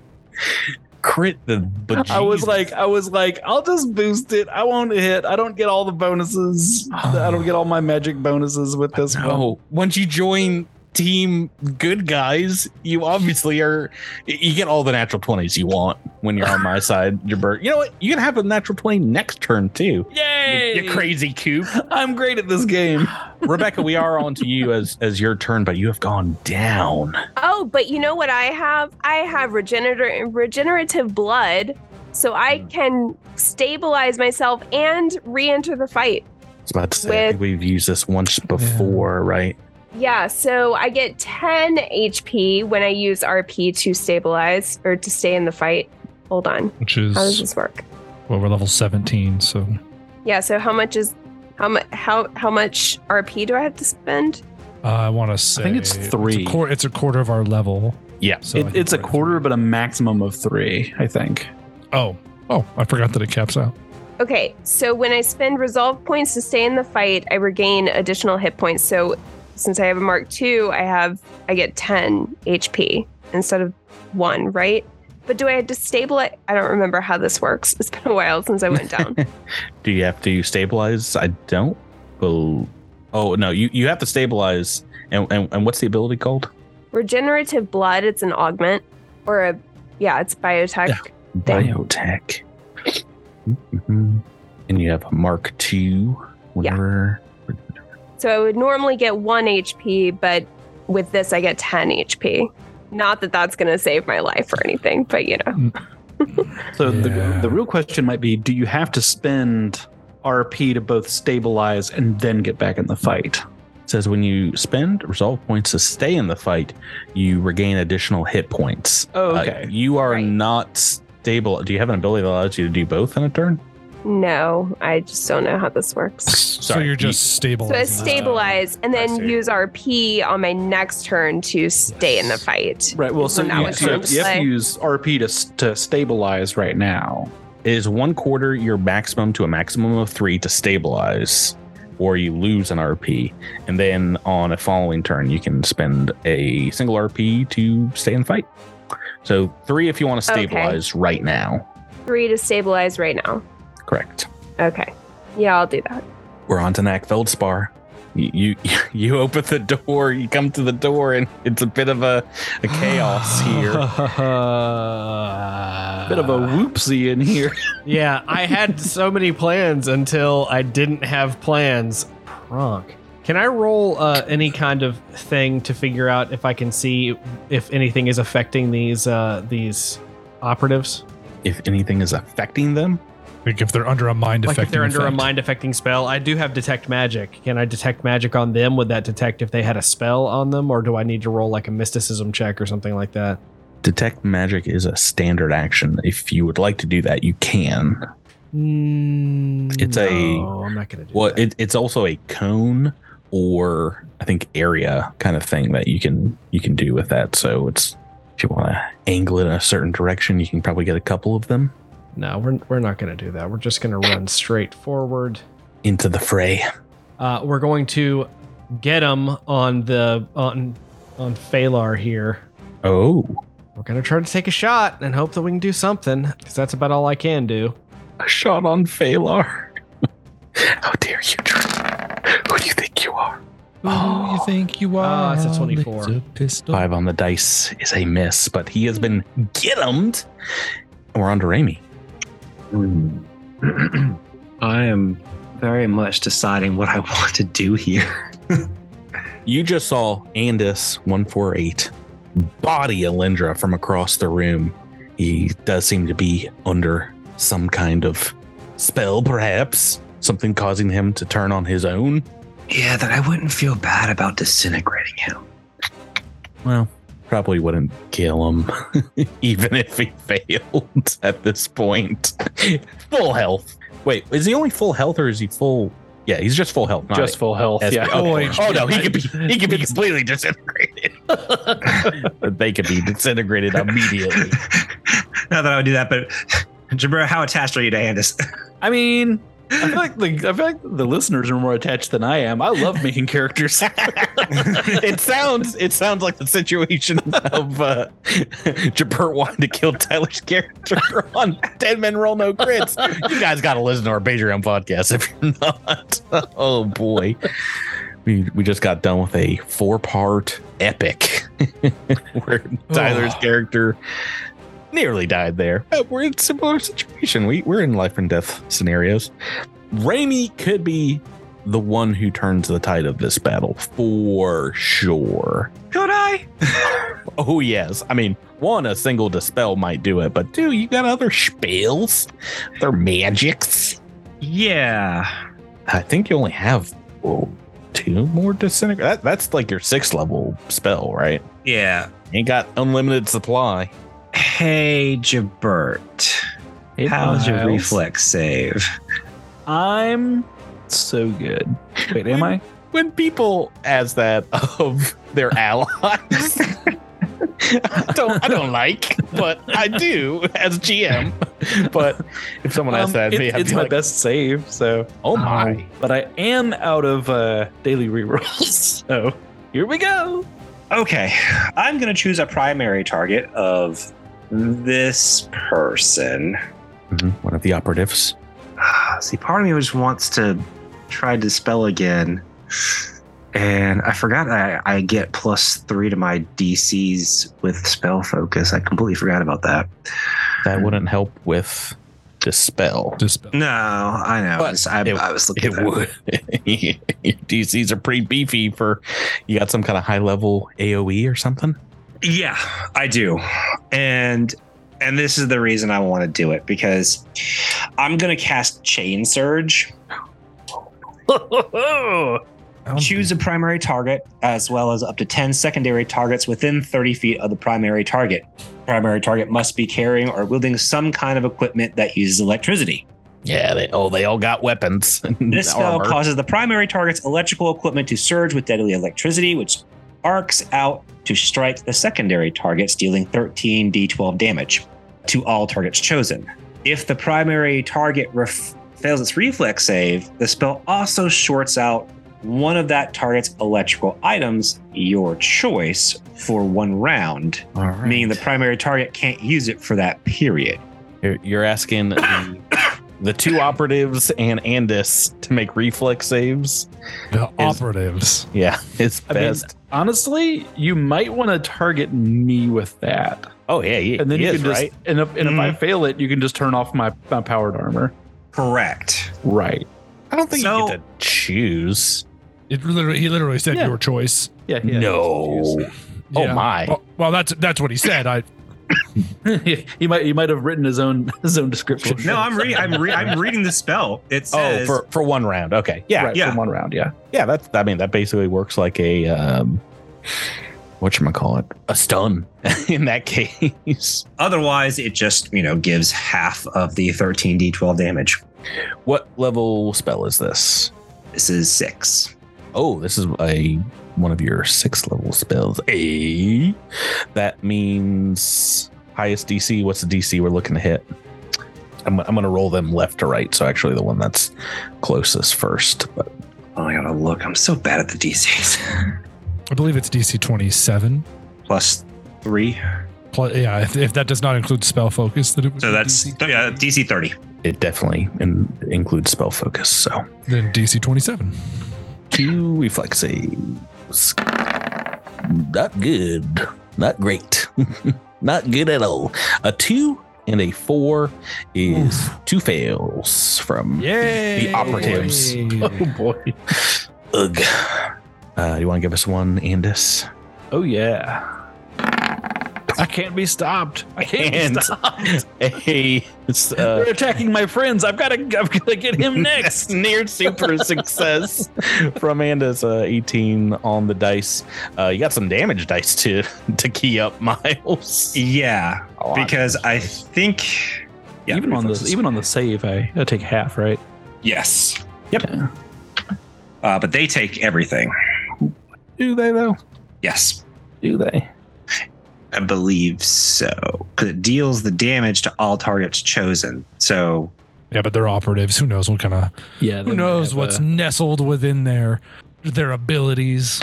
[SPEAKER 2] crit the bejesus.
[SPEAKER 6] I was like, I was like, I'll just boost it. I won't hit. I don't get all the bonuses. I don't get all my magic bonuses with this one.
[SPEAKER 2] no. Once you join team good guys, you obviously are. You get all the natural twenties you want when you're on my side, Jabert. You know what? You can have a natural twenty next turn too.
[SPEAKER 6] Yay!
[SPEAKER 2] You crazy coop.
[SPEAKER 6] I'm great at this game.
[SPEAKER 2] Rebecca, we are on to you as as your turn, but you have gone down.
[SPEAKER 5] Oh, but you know what I have? I have regenerative regenerative blood, so I can stabilize myself and re-enter the fight.
[SPEAKER 2] I was about to say I think we've used this once before, right?
[SPEAKER 5] Yeah, so I get 10 HP when I use RP to stabilize or to stay in the fight. Hold on.
[SPEAKER 4] which
[SPEAKER 5] How does
[SPEAKER 4] is
[SPEAKER 5] this work?
[SPEAKER 4] well, we're level 17, so
[SPEAKER 5] Yeah, so how much is how much how how much RP do I have to spend?
[SPEAKER 4] uh, I want to say
[SPEAKER 3] I think it's three.
[SPEAKER 4] It's a, quar- it's a quarter of our level.
[SPEAKER 2] Yeah.
[SPEAKER 4] so I
[SPEAKER 3] It-
[SPEAKER 4] think
[SPEAKER 3] it's a
[SPEAKER 4] we're at
[SPEAKER 3] quarter, but a maximum of three, I think.
[SPEAKER 4] three. Oh, oh, I forgot that it caps out.
[SPEAKER 5] Okay, so when I spend resolve points to stay in the fight, I regain additional hit points. So since I have a mark 2, I have I get 10 HP instead of 1, right? But do I have to stabilize? I don't remember how this works. It's been a while since I went down.
[SPEAKER 2] Do you have to stabilize? I don't. Bel- oh no, you you have to stabilize. And, and and what's the ability called?
[SPEAKER 5] Regenerative blood, it's an augment or a yeah, it's biotech.
[SPEAKER 2] Yeah. Biotech. Mhm. And you have a Mark two. Whenever.
[SPEAKER 5] So I would normally get 1 HP, but with this I get 10 HP. Not that that's going to save my life or anything, but you know.
[SPEAKER 3] So
[SPEAKER 4] Yeah.
[SPEAKER 3] the, the real question might be do you have to spend RP to both stabilize and then get back in the fight?
[SPEAKER 2] It says when you spend resolve points to stay in the fight, you regain additional hit points.
[SPEAKER 3] Oh,
[SPEAKER 2] Uh,
[SPEAKER 3] okay.
[SPEAKER 2] you are
[SPEAKER 5] Right.
[SPEAKER 2] not stable. Do you have an ability that allows you to do both in a turn?
[SPEAKER 5] No, I just don't know how this works.
[SPEAKER 4] So
[SPEAKER 2] Sorry,
[SPEAKER 4] you're just
[SPEAKER 2] you-
[SPEAKER 4] stable.
[SPEAKER 5] So I stabilize and
[SPEAKER 7] I
[SPEAKER 5] then
[SPEAKER 7] see.
[SPEAKER 5] use RP on my next turn to stay in the fight.
[SPEAKER 3] right. Well, so
[SPEAKER 5] Well, now
[SPEAKER 3] you,
[SPEAKER 5] it's
[SPEAKER 3] so
[SPEAKER 5] time to
[SPEAKER 3] you have
[SPEAKER 5] play.
[SPEAKER 3] to use RP to, s- to stabilize right now.
[SPEAKER 2] It is one quarter your maximum to a maximum of three to stabilize, or you lose an RP. And then on a following turn, you can spend a single RP to stay and fight. So three if you want to
[SPEAKER 5] Okay.
[SPEAKER 2] stabilize right now.
[SPEAKER 5] Three to stabilize right now.
[SPEAKER 2] Correct.
[SPEAKER 5] Okay. Yeah, I'll do that.
[SPEAKER 2] We're on to Knack Feldspar. You, you you open the door, you come to the door, and it's a bit of a, a chaos here.
[SPEAKER 3] Bit of a whoopsie in here.
[SPEAKER 8] Yeah, I had so many plans until I didn't have plans. Pronk. Can I roll uh, any kind of thing to figure out if I can see if anything is affecting these uh, these operatives?
[SPEAKER 2] If anything is affecting them,
[SPEAKER 4] Like if they're under a mind
[SPEAKER 8] Like
[SPEAKER 4] effect.
[SPEAKER 8] if they're under a
[SPEAKER 4] effect.
[SPEAKER 8] mind affecting spell, I do have detect magic. Can I detect magic on them? Would that detect if they had a spell on them, or do I need to roll like a mysticism check or something like that?
[SPEAKER 2] detect magic is a standard action. If you would like to do that, you can.
[SPEAKER 8] Mm,
[SPEAKER 2] It's a-
[SPEAKER 8] no, I'm not gonna do
[SPEAKER 2] Well,
[SPEAKER 8] that.
[SPEAKER 2] it, it's also a cone or I think area kind of thing that you can you can do with that. So it's if you want to angle it in a certain direction, you can probably get a couple of them
[SPEAKER 8] no, we're we're not gonna do that. We're just gonna run straight forward.
[SPEAKER 2] into the fray.
[SPEAKER 8] Uh, we're going to get him on the on on Phalar here.
[SPEAKER 2] Oh,
[SPEAKER 8] We're gonna try to take a shot and hope that we can do something, because that's about all I can do.
[SPEAKER 2] a shot on Phalar. How dare you? Who do you think you are?
[SPEAKER 4] Oh, you think you
[SPEAKER 8] Ah,
[SPEAKER 4] are?
[SPEAKER 8] it's a
[SPEAKER 4] Lift
[SPEAKER 8] 24.
[SPEAKER 4] pistol.
[SPEAKER 2] Five on the dice is a miss, but he has been get and We're on to Raimi.
[SPEAKER 7] I am very much deciding what I want to do here.
[SPEAKER 2] You just saw Andis 148 body Alindra from across the room. He does seem to be under some kind of spell, perhaps. Something causing him to turn on his own.
[SPEAKER 7] Yeah, that I wouldn't feel bad about disintegrating him.
[SPEAKER 2] Well, probably wouldn't kill him, even if he failed at this point. full health. Wait, is he only full health or is he full? Yeah, he's just full health. not
[SPEAKER 6] Just full health.
[SPEAKER 2] SP.
[SPEAKER 6] yeah.
[SPEAKER 2] Okay.
[SPEAKER 4] Oh,
[SPEAKER 2] Oh no, he could be he could be completely disintegrated. they could be disintegrated immediately.
[SPEAKER 7] Not that I would do that, but Jabra, how attached are you to Andis?
[SPEAKER 3] I mean, I feel like the, I feel like the listeners are more attached than I am. I love making characters.
[SPEAKER 2] it sounds it sounds like the situation of uh Jabert wanting to kill Tyler's character on Dead Men Roll No Crits. You guys gotta listen to our Patreon podcast if you're not. Oh boy. We, we just got done with a four part epic where Tyler's character nearly died there. But we're in a similar situation. We, we're in life and death scenarios. Raimi could be the one who turns the tide of this battle for sure.
[SPEAKER 7] Could I?
[SPEAKER 2] Oh yes, I mean, one a single dispel might do it, but two, you got other spells, other magics.
[SPEAKER 7] Yeah.
[SPEAKER 2] I think you only have oh, two more disintegrate. That, that's like your sixth level spell, right?
[SPEAKER 7] Yeah.
[SPEAKER 2] Ain't got unlimited supply.
[SPEAKER 7] Hey, Jabert. How's your reflex save?
[SPEAKER 6] I'm so good. Wait, am I?
[SPEAKER 2] When people ask that of their allies, I don't I don't like, but I do as GM. But if someone asks
[SPEAKER 6] Um,
[SPEAKER 2] that,
[SPEAKER 6] it-
[SPEAKER 2] me, I'd
[SPEAKER 6] it's
[SPEAKER 2] be
[SPEAKER 6] my
[SPEAKER 2] like,
[SPEAKER 6] best save, so.
[SPEAKER 2] "Oh my!"
[SPEAKER 6] But I am out of uh, daily rerolls, so here we go.
[SPEAKER 7] Okay, I'm going to choose a primary target of this person.
[SPEAKER 2] "Mm-hmm, One of the operatives.
[SPEAKER 7] Ah, See, part of me just wants to try to spell again. And I forgot I, I get plus three to my DCs with spell focus. I completely forgot about that.
[SPEAKER 2] That wouldn't help with dispel.
[SPEAKER 4] Dispel.
[SPEAKER 7] No, I know.
[SPEAKER 2] But
[SPEAKER 7] I,
[SPEAKER 2] it-
[SPEAKER 7] I was looking
[SPEAKER 2] It
[SPEAKER 7] at that.
[SPEAKER 2] would. Your DCs are pretty beefy for you got some kind of high level AoE or something.
[SPEAKER 7] Yeah, I do. And and this is the reason I want to do it because I'm going to cast Chain Surge. Choose a primary target as well as up to 10 secondary targets within 30 feet of the primary target. Primary target must be carrying or wielding some kind of equipment that uses electricity.
[SPEAKER 2] Yeah, they oh they all got weapons. and
[SPEAKER 7] This spell
[SPEAKER 2] armor.
[SPEAKER 7] causes the primary target's electrical equipment to surge with deadly electricity, which arcs out to strike the secondary targets, dealing 13 d12 damage to all targets chosen. If the primary target ref- fails its reflex save, the spell also shorts out one of that target's electrical items, your choice, for one round,
[SPEAKER 2] All right.
[SPEAKER 7] meaning the primary target can't use it for that period.
[SPEAKER 2] You're, you're asking the, the two operatives and Andis to make reflex saves.
[SPEAKER 4] The operatives.
[SPEAKER 2] Yeah, it's
[SPEAKER 6] I mean-
[SPEAKER 2] best.
[SPEAKER 6] Honestly, you might want to target me with that,
[SPEAKER 2] oh yeah, yeah.
[SPEAKER 6] and then you can just
[SPEAKER 2] right? Mm-hmm.
[SPEAKER 6] and if, and if I fail it, you can just turn off my, my powered armor.
[SPEAKER 7] Correct.
[SPEAKER 6] Right.
[SPEAKER 2] I don't think
[SPEAKER 7] So-
[SPEAKER 2] you get to choose.
[SPEAKER 4] It literally, he literally said
[SPEAKER 6] Yeah.
[SPEAKER 4] your choice.
[SPEAKER 6] Yeah. yeah.
[SPEAKER 2] no. Oh
[SPEAKER 4] Yeah.
[SPEAKER 2] my.
[SPEAKER 4] Well, well, that's that's what he said. I
[SPEAKER 6] he might he might have written his own his own description.
[SPEAKER 7] No, I'm reading. I'm, re- I'm reading the spell. It
[SPEAKER 2] Oh,
[SPEAKER 7] says
[SPEAKER 2] for, for one round. Okay. Yeah.
[SPEAKER 6] right,
[SPEAKER 7] yeah.
[SPEAKER 6] from one round. Yeah.
[SPEAKER 2] Yeah, that's I mean that basically works like a um what call it? A stun in that case.
[SPEAKER 7] Otherwise, it just, you know, gives half of the 13d12 damage.
[SPEAKER 2] What level spell is this?
[SPEAKER 7] This is six.
[SPEAKER 2] Oh, this is a one of your six level spells. A that means highest DC. What's the DC we're looking to hit? I'm, I'm gonna roll them left to right. So actually, the one that's closest first. But
[SPEAKER 7] Oh, I gotta look. I'm so bad at the DCs.
[SPEAKER 4] I believe it's DC twenty seven.
[SPEAKER 7] Plus three.
[SPEAKER 4] Plus, yeah, if, if that does not include spell focus, then it would
[SPEAKER 7] So
[SPEAKER 4] be
[SPEAKER 7] that's
[SPEAKER 4] DC,
[SPEAKER 7] yeah, DC 30.
[SPEAKER 2] it definitely in, includes spell focus. So
[SPEAKER 4] then DC twenty seven.
[SPEAKER 2] two reflex saves. Not good. Not great. Not good at all. A two and a four is two fails from
[SPEAKER 4] Yeah,
[SPEAKER 2] the operatives.
[SPEAKER 6] Oh boy.
[SPEAKER 2] Ugh. Uh, you want to give us one, Andis?
[SPEAKER 6] Oh yeah. I can't be stopped. I can't
[SPEAKER 2] And-
[SPEAKER 6] be stopped.
[SPEAKER 2] Hey, it's uh,
[SPEAKER 6] They're attacking my friends. I've got to. I've got to get him next.
[SPEAKER 2] near super success from Andis. Uh, 18 on the dice. Uh, you got some damage dice to to key up Miles.
[SPEAKER 7] Yeah,
[SPEAKER 2] A lot.
[SPEAKER 7] because I think. Yeah,
[SPEAKER 6] even on the
[SPEAKER 7] reflexes.
[SPEAKER 6] even on the save, I, I take half. Right.
[SPEAKER 7] Yes. Yep. Uh, but they take everything.
[SPEAKER 2] do they though?
[SPEAKER 7] Yes.
[SPEAKER 2] Do they?
[SPEAKER 7] I believe so. Because it deals the damage to all targets chosen. So
[SPEAKER 4] Yeah, but they're operatives. Who knows what kind of?
[SPEAKER 6] Yeah.
[SPEAKER 4] Who knows
[SPEAKER 8] uh,
[SPEAKER 4] what's nestled within their their abilities?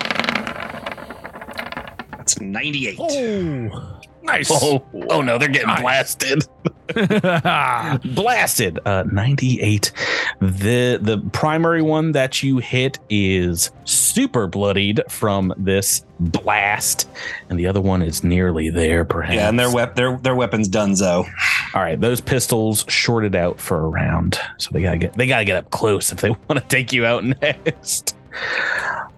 [SPEAKER 7] that's 98.
[SPEAKER 4] Oh, nice.
[SPEAKER 2] Oh, oh no, they're getting
[SPEAKER 4] Nice.
[SPEAKER 2] blasted. blasted. Uh, 98. The the primary one that you hit is super bloodied from this blast, and the other one is nearly there, perhaps.
[SPEAKER 7] Yeah, and their, wep- their, their weapon's Dunzo.
[SPEAKER 2] all right. Those pistols shorted out for a round, so they gotta get they gotta get up close if they want to take you out next.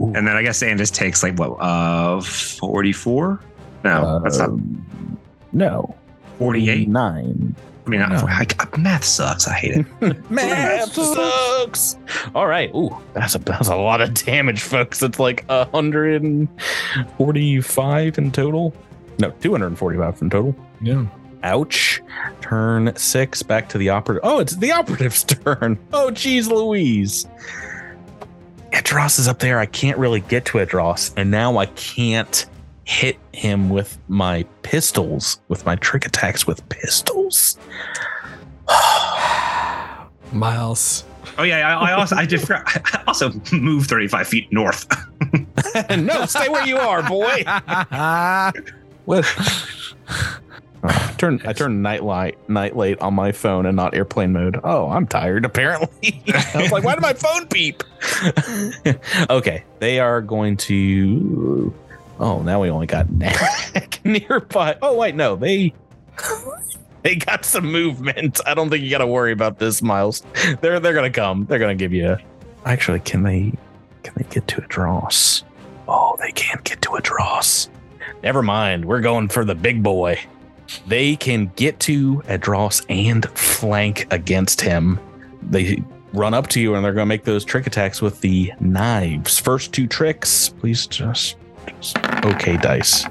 [SPEAKER 2] Ooh,
[SPEAKER 7] And then I guess Andis uh, takes like what, uh, 44? No, that's Oh, not.
[SPEAKER 2] um, No,
[SPEAKER 7] 48.
[SPEAKER 2] Nine.
[SPEAKER 7] I mean,
[SPEAKER 4] No.
[SPEAKER 7] I, I, math sucks. I hate it.
[SPEAKER 2] Math sucks. All right. Ooh, that's a that's a lot of damage, folks. It's like hundred and forty-five in total. No, two hundred and forty-five in total.
[SPEAKER 4] Yeah.
[SPEAKER 2] Ouch. Turn six back to the operative. Oh, it's the operative's turn. Oh, geez, Louise. Edros is up there. I can't really get to Edros. And now I can't hit him with my pistols, with my trick attacks with pistols.
[SPEAKER 8] Miles.
[SPEAKER 7] Oh yeah, I, I also I, did, forget- I also moved 35 feet north.
[SPEAKER 2] no, stay where you are, boy.
[SPEAKER 4] What?
[SPEAKER 2] I turn I turn nightlight night late on my phone and not airplane mode. Oh, I'm tired apparently. I was like, why did my phone beep? okay, they are going to Oh, now we only got Knack nearby. Oh wait, no, they they got some movement. I don't think you gotta worry about this, Miles. They're they're gonna come. They're gonna give you a actually can they can they get to a dross? Oh, they can't get to a dross. Never mind. We're going for the big boy they can get to Adros and flank against him. They run up to you and they're going to make those trick attacks with the knives. First two tricks, please just, just okay dice.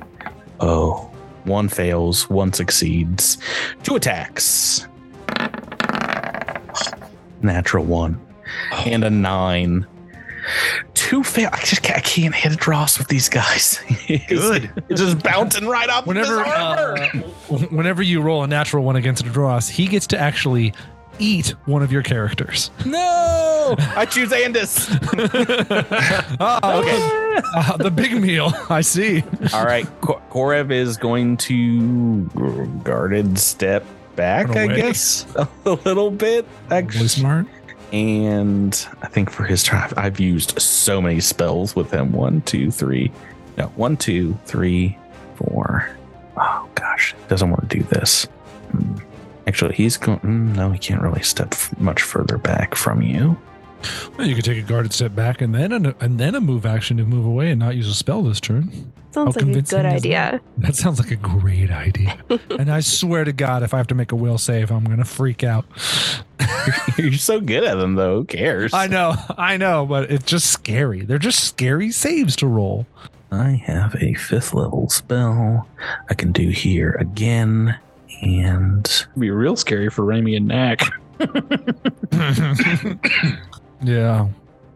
[SPEAKER 2] Oh, one fails, one succeeds. Two attacks. Natural one and a nine. Two fail. I just can't, I can't hit Adros with these guys. It's-
[SPEAKER 7] Good.
[SPEAKER 2] it's just bouncing right off. of his
[SPEAKER 4] Whenever,
[SPEAKER 2] armor.
[SPEAKER 4] uh, whenever you roll a natural one against Dross, he gets to actually eat one of your characters.
[SPEAKER 2] No, I choose Andis.
[SPEAKER 4] Oh, okay. Uh, the big meal. I see.
[SPEAKER 2] All right, Ko- Korev is going to guarded step back,
[SPEAKER 4] Run
[SPEAKER 2] I
[SPEAKER 4] away.
[SPEAKER 2] guess, a little bit.
[SPEAKER 4] Really
[SPEAKER 2] Actually,
[SPEAKER 4] smart.
[SPEAKER 2] and I think for his turn, I've- I've used so many spells with him. One, two, three. No, one, two, three, four. Oh gosh, he doesn't want to do this. Hmm. Actually, he's going. mm, No, he can't really step f- much further back from you.
[SPEAKER 4] Well, you could take a guarded step back and then a, and then a move action to move away and not use a spell this turn.
[SPEAKER 5] Sounds like a
[SPEAKER 4] convincing
[SPEAKER 5] good
[SPEAKER 4] is
[SPEAKER 5] idea.
[SPEAKER 4] That sounds like a great idea. and I swear to God, if I have to make a will save, I'm gonna freak out.
[SPEAKER 2] You're so good at them, though. Who cares?
[SPEAKER 4] I know, I know, but it's just scary. They're just scary saves to roll.
[SPEAKER 2] I have a fifth level spell I can do here again. And
[SPEAKER 6] It'd be real scary for Raimi and Knack.
[SPEAKER 4] Yeah.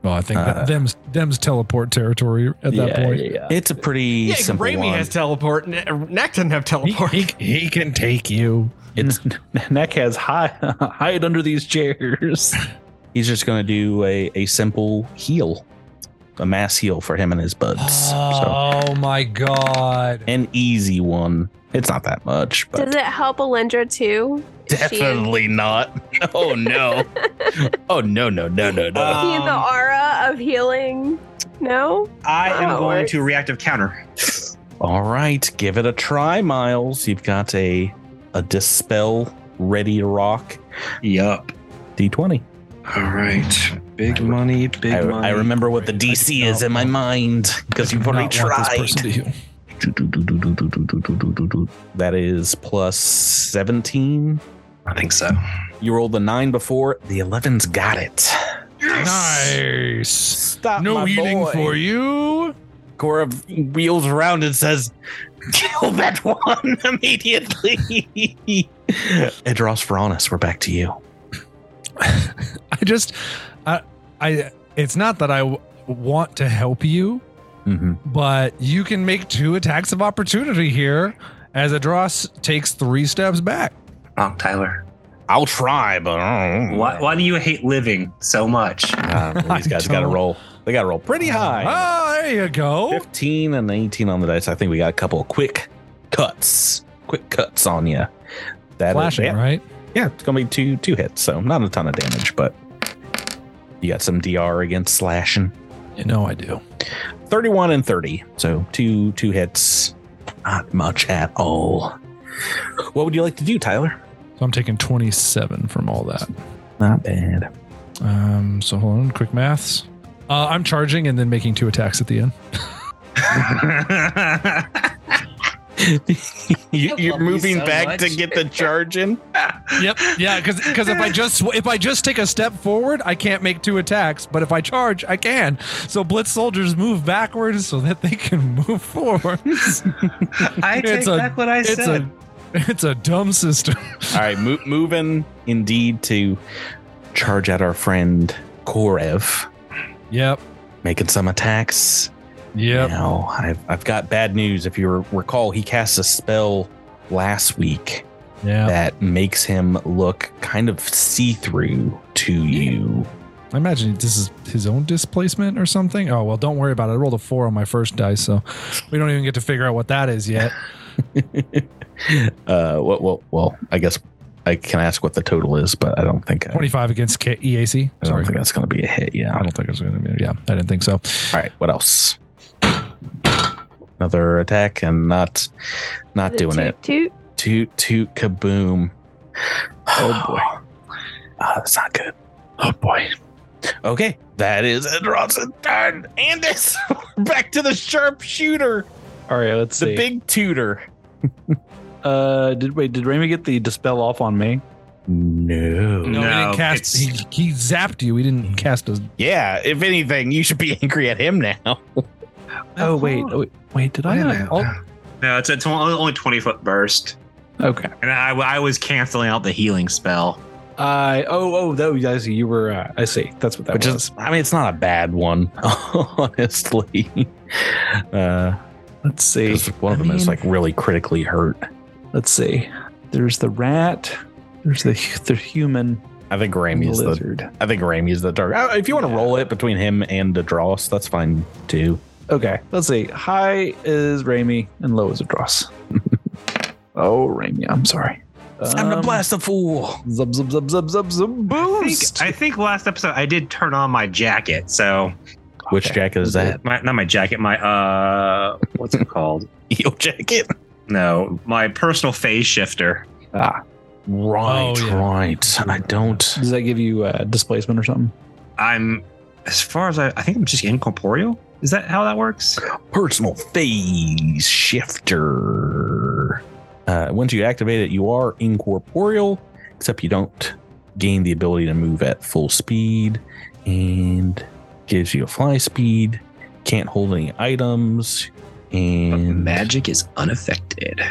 [SPEAKER 4] Well, I think
[SPEAKER 2] Uh,
[SPEAKER 4] that them's them's teleport territory at that point.
[SPEAKER 2] it's a pretty
[SPEAKER 8] Yeah,
[SPEAKER 2] simple
[SPEAKER 8] Raimi
[SPEAKER 2] one.
[SPEAKER 8] has teleport. N- Knack doesn't have teleport.
[SPEAKER 4] he can take you.
[SPEAKER 2] it's
[SPEAKER 6] Knack has hide, hide under these chairs.
[SPEAKER 2] he's just going to do a, a simple heal, a mass heal for him and his buds. So
[SPEAKER 4] Oh my god.
[SPEAKER 2] an easy one. It's not that much, but
[SPEAKER 5] Does it help Alindra too? Is she in-
[SPEAKER 2] definitely not. Oh no! oh no! No! No! No! No!
[SPEAKER 5] Is she in the
[SPEAKER 7] Um,
[SPEAKER 5] aura of healing? No?
[SPEAKER 7] I am
[SPEAKER 5] Oh,
[SPEAKER 7] going
[SPEAKER 5] it's-
[SPEAKER 7] to reactive counter.
[SPEAKER 2] All right, give it a try, Miles. You've got a a dispel ready to rock
[SPEAKER 7] Yup.
[SPEAKER 2] d twenty.
[SPEAKER 7] All right. Big money, big
[SPEAKER 2] I, I remember what the
[SPEAKER 4] I do
[SPEAKER 2] DC
[SPEAKER 4] not
[SPEAKER 2] is in my
[SPEAKER 4] want-
[SPEAKER 2] mind because you've already
[SPEAKER 4] Do not want this
[SPEAKER 2] tried.
[SPEAKER 4] person to heal.
[SPEAKER 2] That is plus 17.
[SPEAKER 7] I think so.
[SPEAKER 2] You rolled the 9 before. The 11's got it.
[SPEAKER 4] Nice.
[SPEAKER 2] Stop.
[SPEAKER 4] No
[SPEAKER 2] my
[SPEAKER 4] eating
[SPEAKER 2] boy.
[SPEAKER 4] for you.
[SPEAKER 2] Cora wheels around and says, Kill that one immediately. Edros Veronis, we're back to you.
[SPEAKER 4] I just, I, I. It's not that I w- want to help you,
[SPEAKER 2] Mm-hmm.
[SPEAKER 4] but you can make two attacks of opportunity here as Adros takes three steps back.
[SPEAKER 7] Oh, Tyler.
[SPEAKER 2] I'll try, but I don't
[SPEAKER 7] Why, why do you hate living so much?
[SPEAKER 2] Uh, these guys got to
[SPEAKER 4] don't-
[SPEAKER 2] roll. They got to roll pretty high.
[SPEAKER 4] Oh, there you go.
[SPEAKER 2] 15 and 18 on the dice. I think we got a couple of quick cuts. Quick cuts on you. That is-
[SPEAKER 4] Flashing,
[SPEAKER 2] yeah,
[SPEAKER 4] right?
[SPEAKER 2] yeah, it's gonna be two two hits, so not a ton of damage, but you got some DR against slashing.
[SPEAKER 4] You know I do.
[SPEAKER 2] 31 and 30. So two two hits. Not much at all. What would you like to do, Tyler?
[SPEAKER 4] So I'm taking 27 from all that.
[SPEAKER 2] Not bad.
[SPEAKER 4] Um, so hold on, quick maths. Uh, I'm charging and then making two attacks at the end.
[SPEAKER 2] you,
[SPEAKER 10] love
[SPEAKER 2] you're
[SPEAKER 10] you
[SPEAKER 2] moving
[SPEAKER 10] so
[SPEAKER 2] back to
[SPEAKER 10] much.
[SPEAKER 2] get the charge in.
[SPEAKER 4] Yep. Yeah, because if I just if I just take a step forward, I can't make two attacks. But if I charge, I can. So blitz soldiers move backwards so that they can move forward.
[SPEAKER 7] I take
[SPEAKER 4] It's a-
[SPEAKER 7] back what I
[SPEAKER 4] it's
[SPEAKER 7] said.
[SPEAKER 4] a it's a dumb system.
[SPEAKER 2] All right, mo- moving indeed to charge at our friend Korev,
[SPEAKER 4] Yep.
[SPEAKER 2] making some attacks.
[SPEAKER 4] Yep.
[SPEAKER 2] Now, I've, I've got bad news. If you re- recall, he cast a spell last week
[SPEAKER 4] Yeah.
[SPEAKER 2] that makes him look kind of see through to you.
[SPEAKER 4] I imagine this is his own displacement or something. Oh well, don't worry about it. I rolled a four on my first dice, so we don't even get to figure out what that is yet.
[SPEAKER 2] uh, well, well, well, I guess I can ask what the total is, but I don't think I,
[SPEAKER 4] Twenty five against K- E EAC.
[SPEAKER 2] I don't think that's going to be a hit. Yeah.
[SPEAKER 4] I
[SPEAKER 2] All
[SPEAKER 4] don't think it's gonna be. Yeah, I didn't think so.
[SPEAKER 2] right. What else? Another attack and not not doing it.
[SPEAKER 5] Toot, toot.
[SPEAKER 2] Toot toot kaboom. Oh boy. Ah, that's not good. Oh boy. Okay, that is Andros's turn. And it's back to the sharpshooter,
[SPEAKER 6] All right, let's
[SPEAKER 2] the
[SPEAKER 6] see.
[SPEAKER 2] big tutor.
[SPEAKER 6] uh, did wait? Did Raymond get the dispel off on me?
[SPEAKER 2] No.
[SPEAKER 4] No, he
[SPEAKER 7] No,
[SPEAKER 4] didn't
[SPEAKER 7] it's-
[SPEAKER 4] cast. He, he zapped you. Mm. He didn't cast a.
[SPEAKER 2] Yeah, if anything, you should be angry at him now.
[SPEAKER 6] Oh wait, oh, wait, wait, did I?
[SPEAKER 10] Wait a
[SPEAKER 6] Not,
[SPEAKER 10] minute.
[SPEAKER 6] oh,
[SPEAKER 7] No, it's, it's only 20 foot burst.
[SPEAKER 6] okay.
[SPEAKER 7] And I, I was canceling out the healing spell.
[SPEAKER 6] I oh oh that was, I see you were uh, I see that's what that
[SPEAKER 2] Which
[SPEAKER 6] was.
[SPEAKER 2] is, I mean, it's not a bad one, honestly. Uh,
[SPEAKER 6] Let's see.
[SPEAKER 2] 'cause one of them is like really critically hurt.
[SPEAKER 6] Let's see. There's the rat. There's the hu- the human
[SPEAKER 2] I think
[SPEAKER 6] and
[SPEAKER 2] Raimi
[SPEAKER 6] the
[SPEAKER 2] is the
[SPEAKER 6] lizard.
[SPEAKER 2] I think Raimi is the target. Uh, If you want to roll it between him and Adros, that's fine too.
[SPEAKER 6] Okay, let's see. High is Raimi and low is Adros. oh, Raimi, I'm sorry. Um,
[SPEAKER 2] the fool.
[SPEAKER 6] Zub zub zub zub zub zub
[SPEAKER 7] I think,
[SPEAKER 6] boost.
[SPEAKER 7] I think last episode I did turn on my jacket. So,
[SPEAKER 2] Which jacket is that?
[SPEAKER 7] my, not my jacket, my, uh, what's it called?
[SPEAKER 2] Eel jacket.
[SPEAKER 7] No, my personal phase shifter.
[SPEAKER 2] Right,
[SPEAKER 4] Oh, yeah.
[SPEAKER 2] right. I don't.
[SPEAKER 6] Ah, Does that give you uh, displacement or something?
[SPEAKER 7] I'm, as far as I, I think I'm just incorporeal. Is that how that works?
[SPEAKER 2] Personal phase shifter. Uh, once you activate it, you are incorporeal, except you don't gain the ability to move at full speed and gives you a fly speed. Can't hold any items. And
[SPEAKER 10] Magic is unaffected.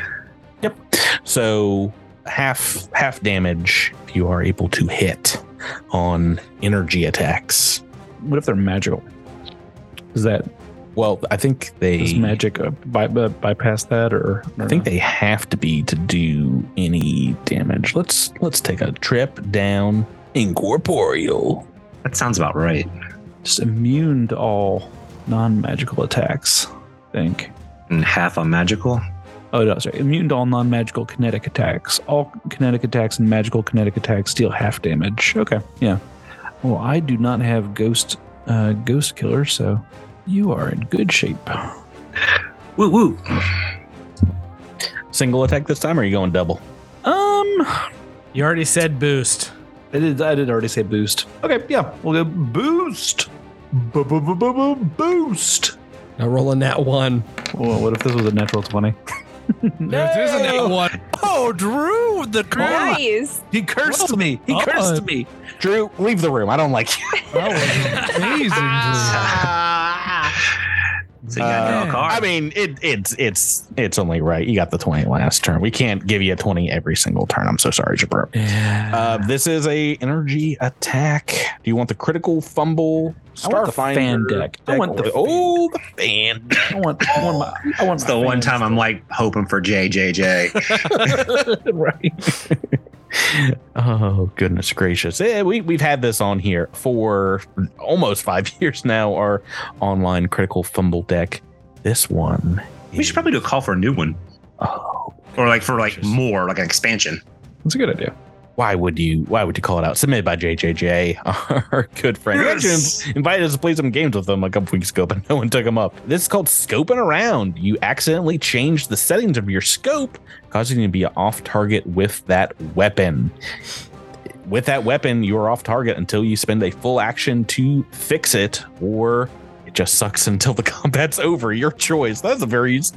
[SPEAKER 2] So half half damage you are able to hit on energy attacks.
[SPEAKER 6] What if they're magical? Is that
[SPEAKER 2] Well, I think they
[SPEAKER 6] is magic uh, by, by, bypass that or?
[SPEAKER 2] I think they have to be to do any damage. Let's let's take a trip down incorporeal.
[SPEAKER 7] That sounds about right.
[SPEAKER 6] just immune to all non-magical attacks. I think.
[SPEAKER 7] And half on magical.
[SPEAKER 6] Oh no, sorry. Immune to all non-magical kinetic attacks. All kinetic attacks and magical kinetic attacks deal half damage. Okay, yeah. Well, I do not have ghost uh, ghost killer, so you are in good shape.
[SPEAKER 7] Woo woo.
[SPEAKER 2] Single attack this time or are you going double?
[SPEAKER 6] Um,
[SPEAKER 8] You already said boost.
[SPEAKER 6] I did I did already say boost. Okay, yeah, we'll go boost. Boost.
[SPEAKER 8] Now rolling that one.
[SPEAKER 6] Well, what if this was a natural twenty?
[SPEAKER 4] There isn't that one. Oh, Drew, the crap.
[SPEAKER 5] Nice.
[SPEAKER 6] He cursed me. He
[SPEAKER 4] God.
[SPEAKER 6] cursed me.
[SPEAKER 2] Drew, leave the room. I don't like you.
[SPEAKER 4] That was amazing.
[SPEAKER 7] So you got to draw a
[SPEAKER 4] Uh,
[SPEAKER 7] card.
[SPEAKER 2] I mean, it, it's it's it's only right. You got the twenty last turn. We can't give you a twenty every single turn. I'm so sorry, Jabro.
[SPEAKER 4] Drew.
[SPEAKER 2] Uh, this is a energy attack. Do you want the critical fumble?
[SPEAKER 6] I want the
[SPEAKER 2] Starfinder
[SPEAKER 6] fan deck. I want the
[SPEAKER 2] oh the fan.
[SPEAKER 6] I want. I want. My, I want
[SPEAKER 7] It's
[SPEAKER 6] my
[SPEAKER 7] the one
[SPEAKER 6] fans.
[SPEAKER 7] time I'm like hoping for JJJ.
[SPEAKER 6] right.
[SPEAKER 2] oh goodness gracious! Eh, we we've had this on here for almost five years now. Our online critical fumble deck. This one.
[SPEAKER 7] we should probably do a call for a new one,
[SPEAKER 2] Oh,
[SPEAKER 7] or like for like
[SPEAKER 2] Interesting.
[SPEAKER 7] more, like an expansion.
[SPEAKER 6] That's a good idea.
[SPEAKER 2] why would you? Why would you call it out? Submitted by JJJ, our good friend. He actually
[SPEAKER 7] Yes.
[SPEAKER 2] invited us to play some games with them a couple weeks ago, but no one took them up. This is called scoping around. You accidentally change the settings of your scope, causing you to be off target with that weapon. With that weapon, you are off target until you spend a full action to fix it, or it just sucks until the combat's over. Your choice. That's a very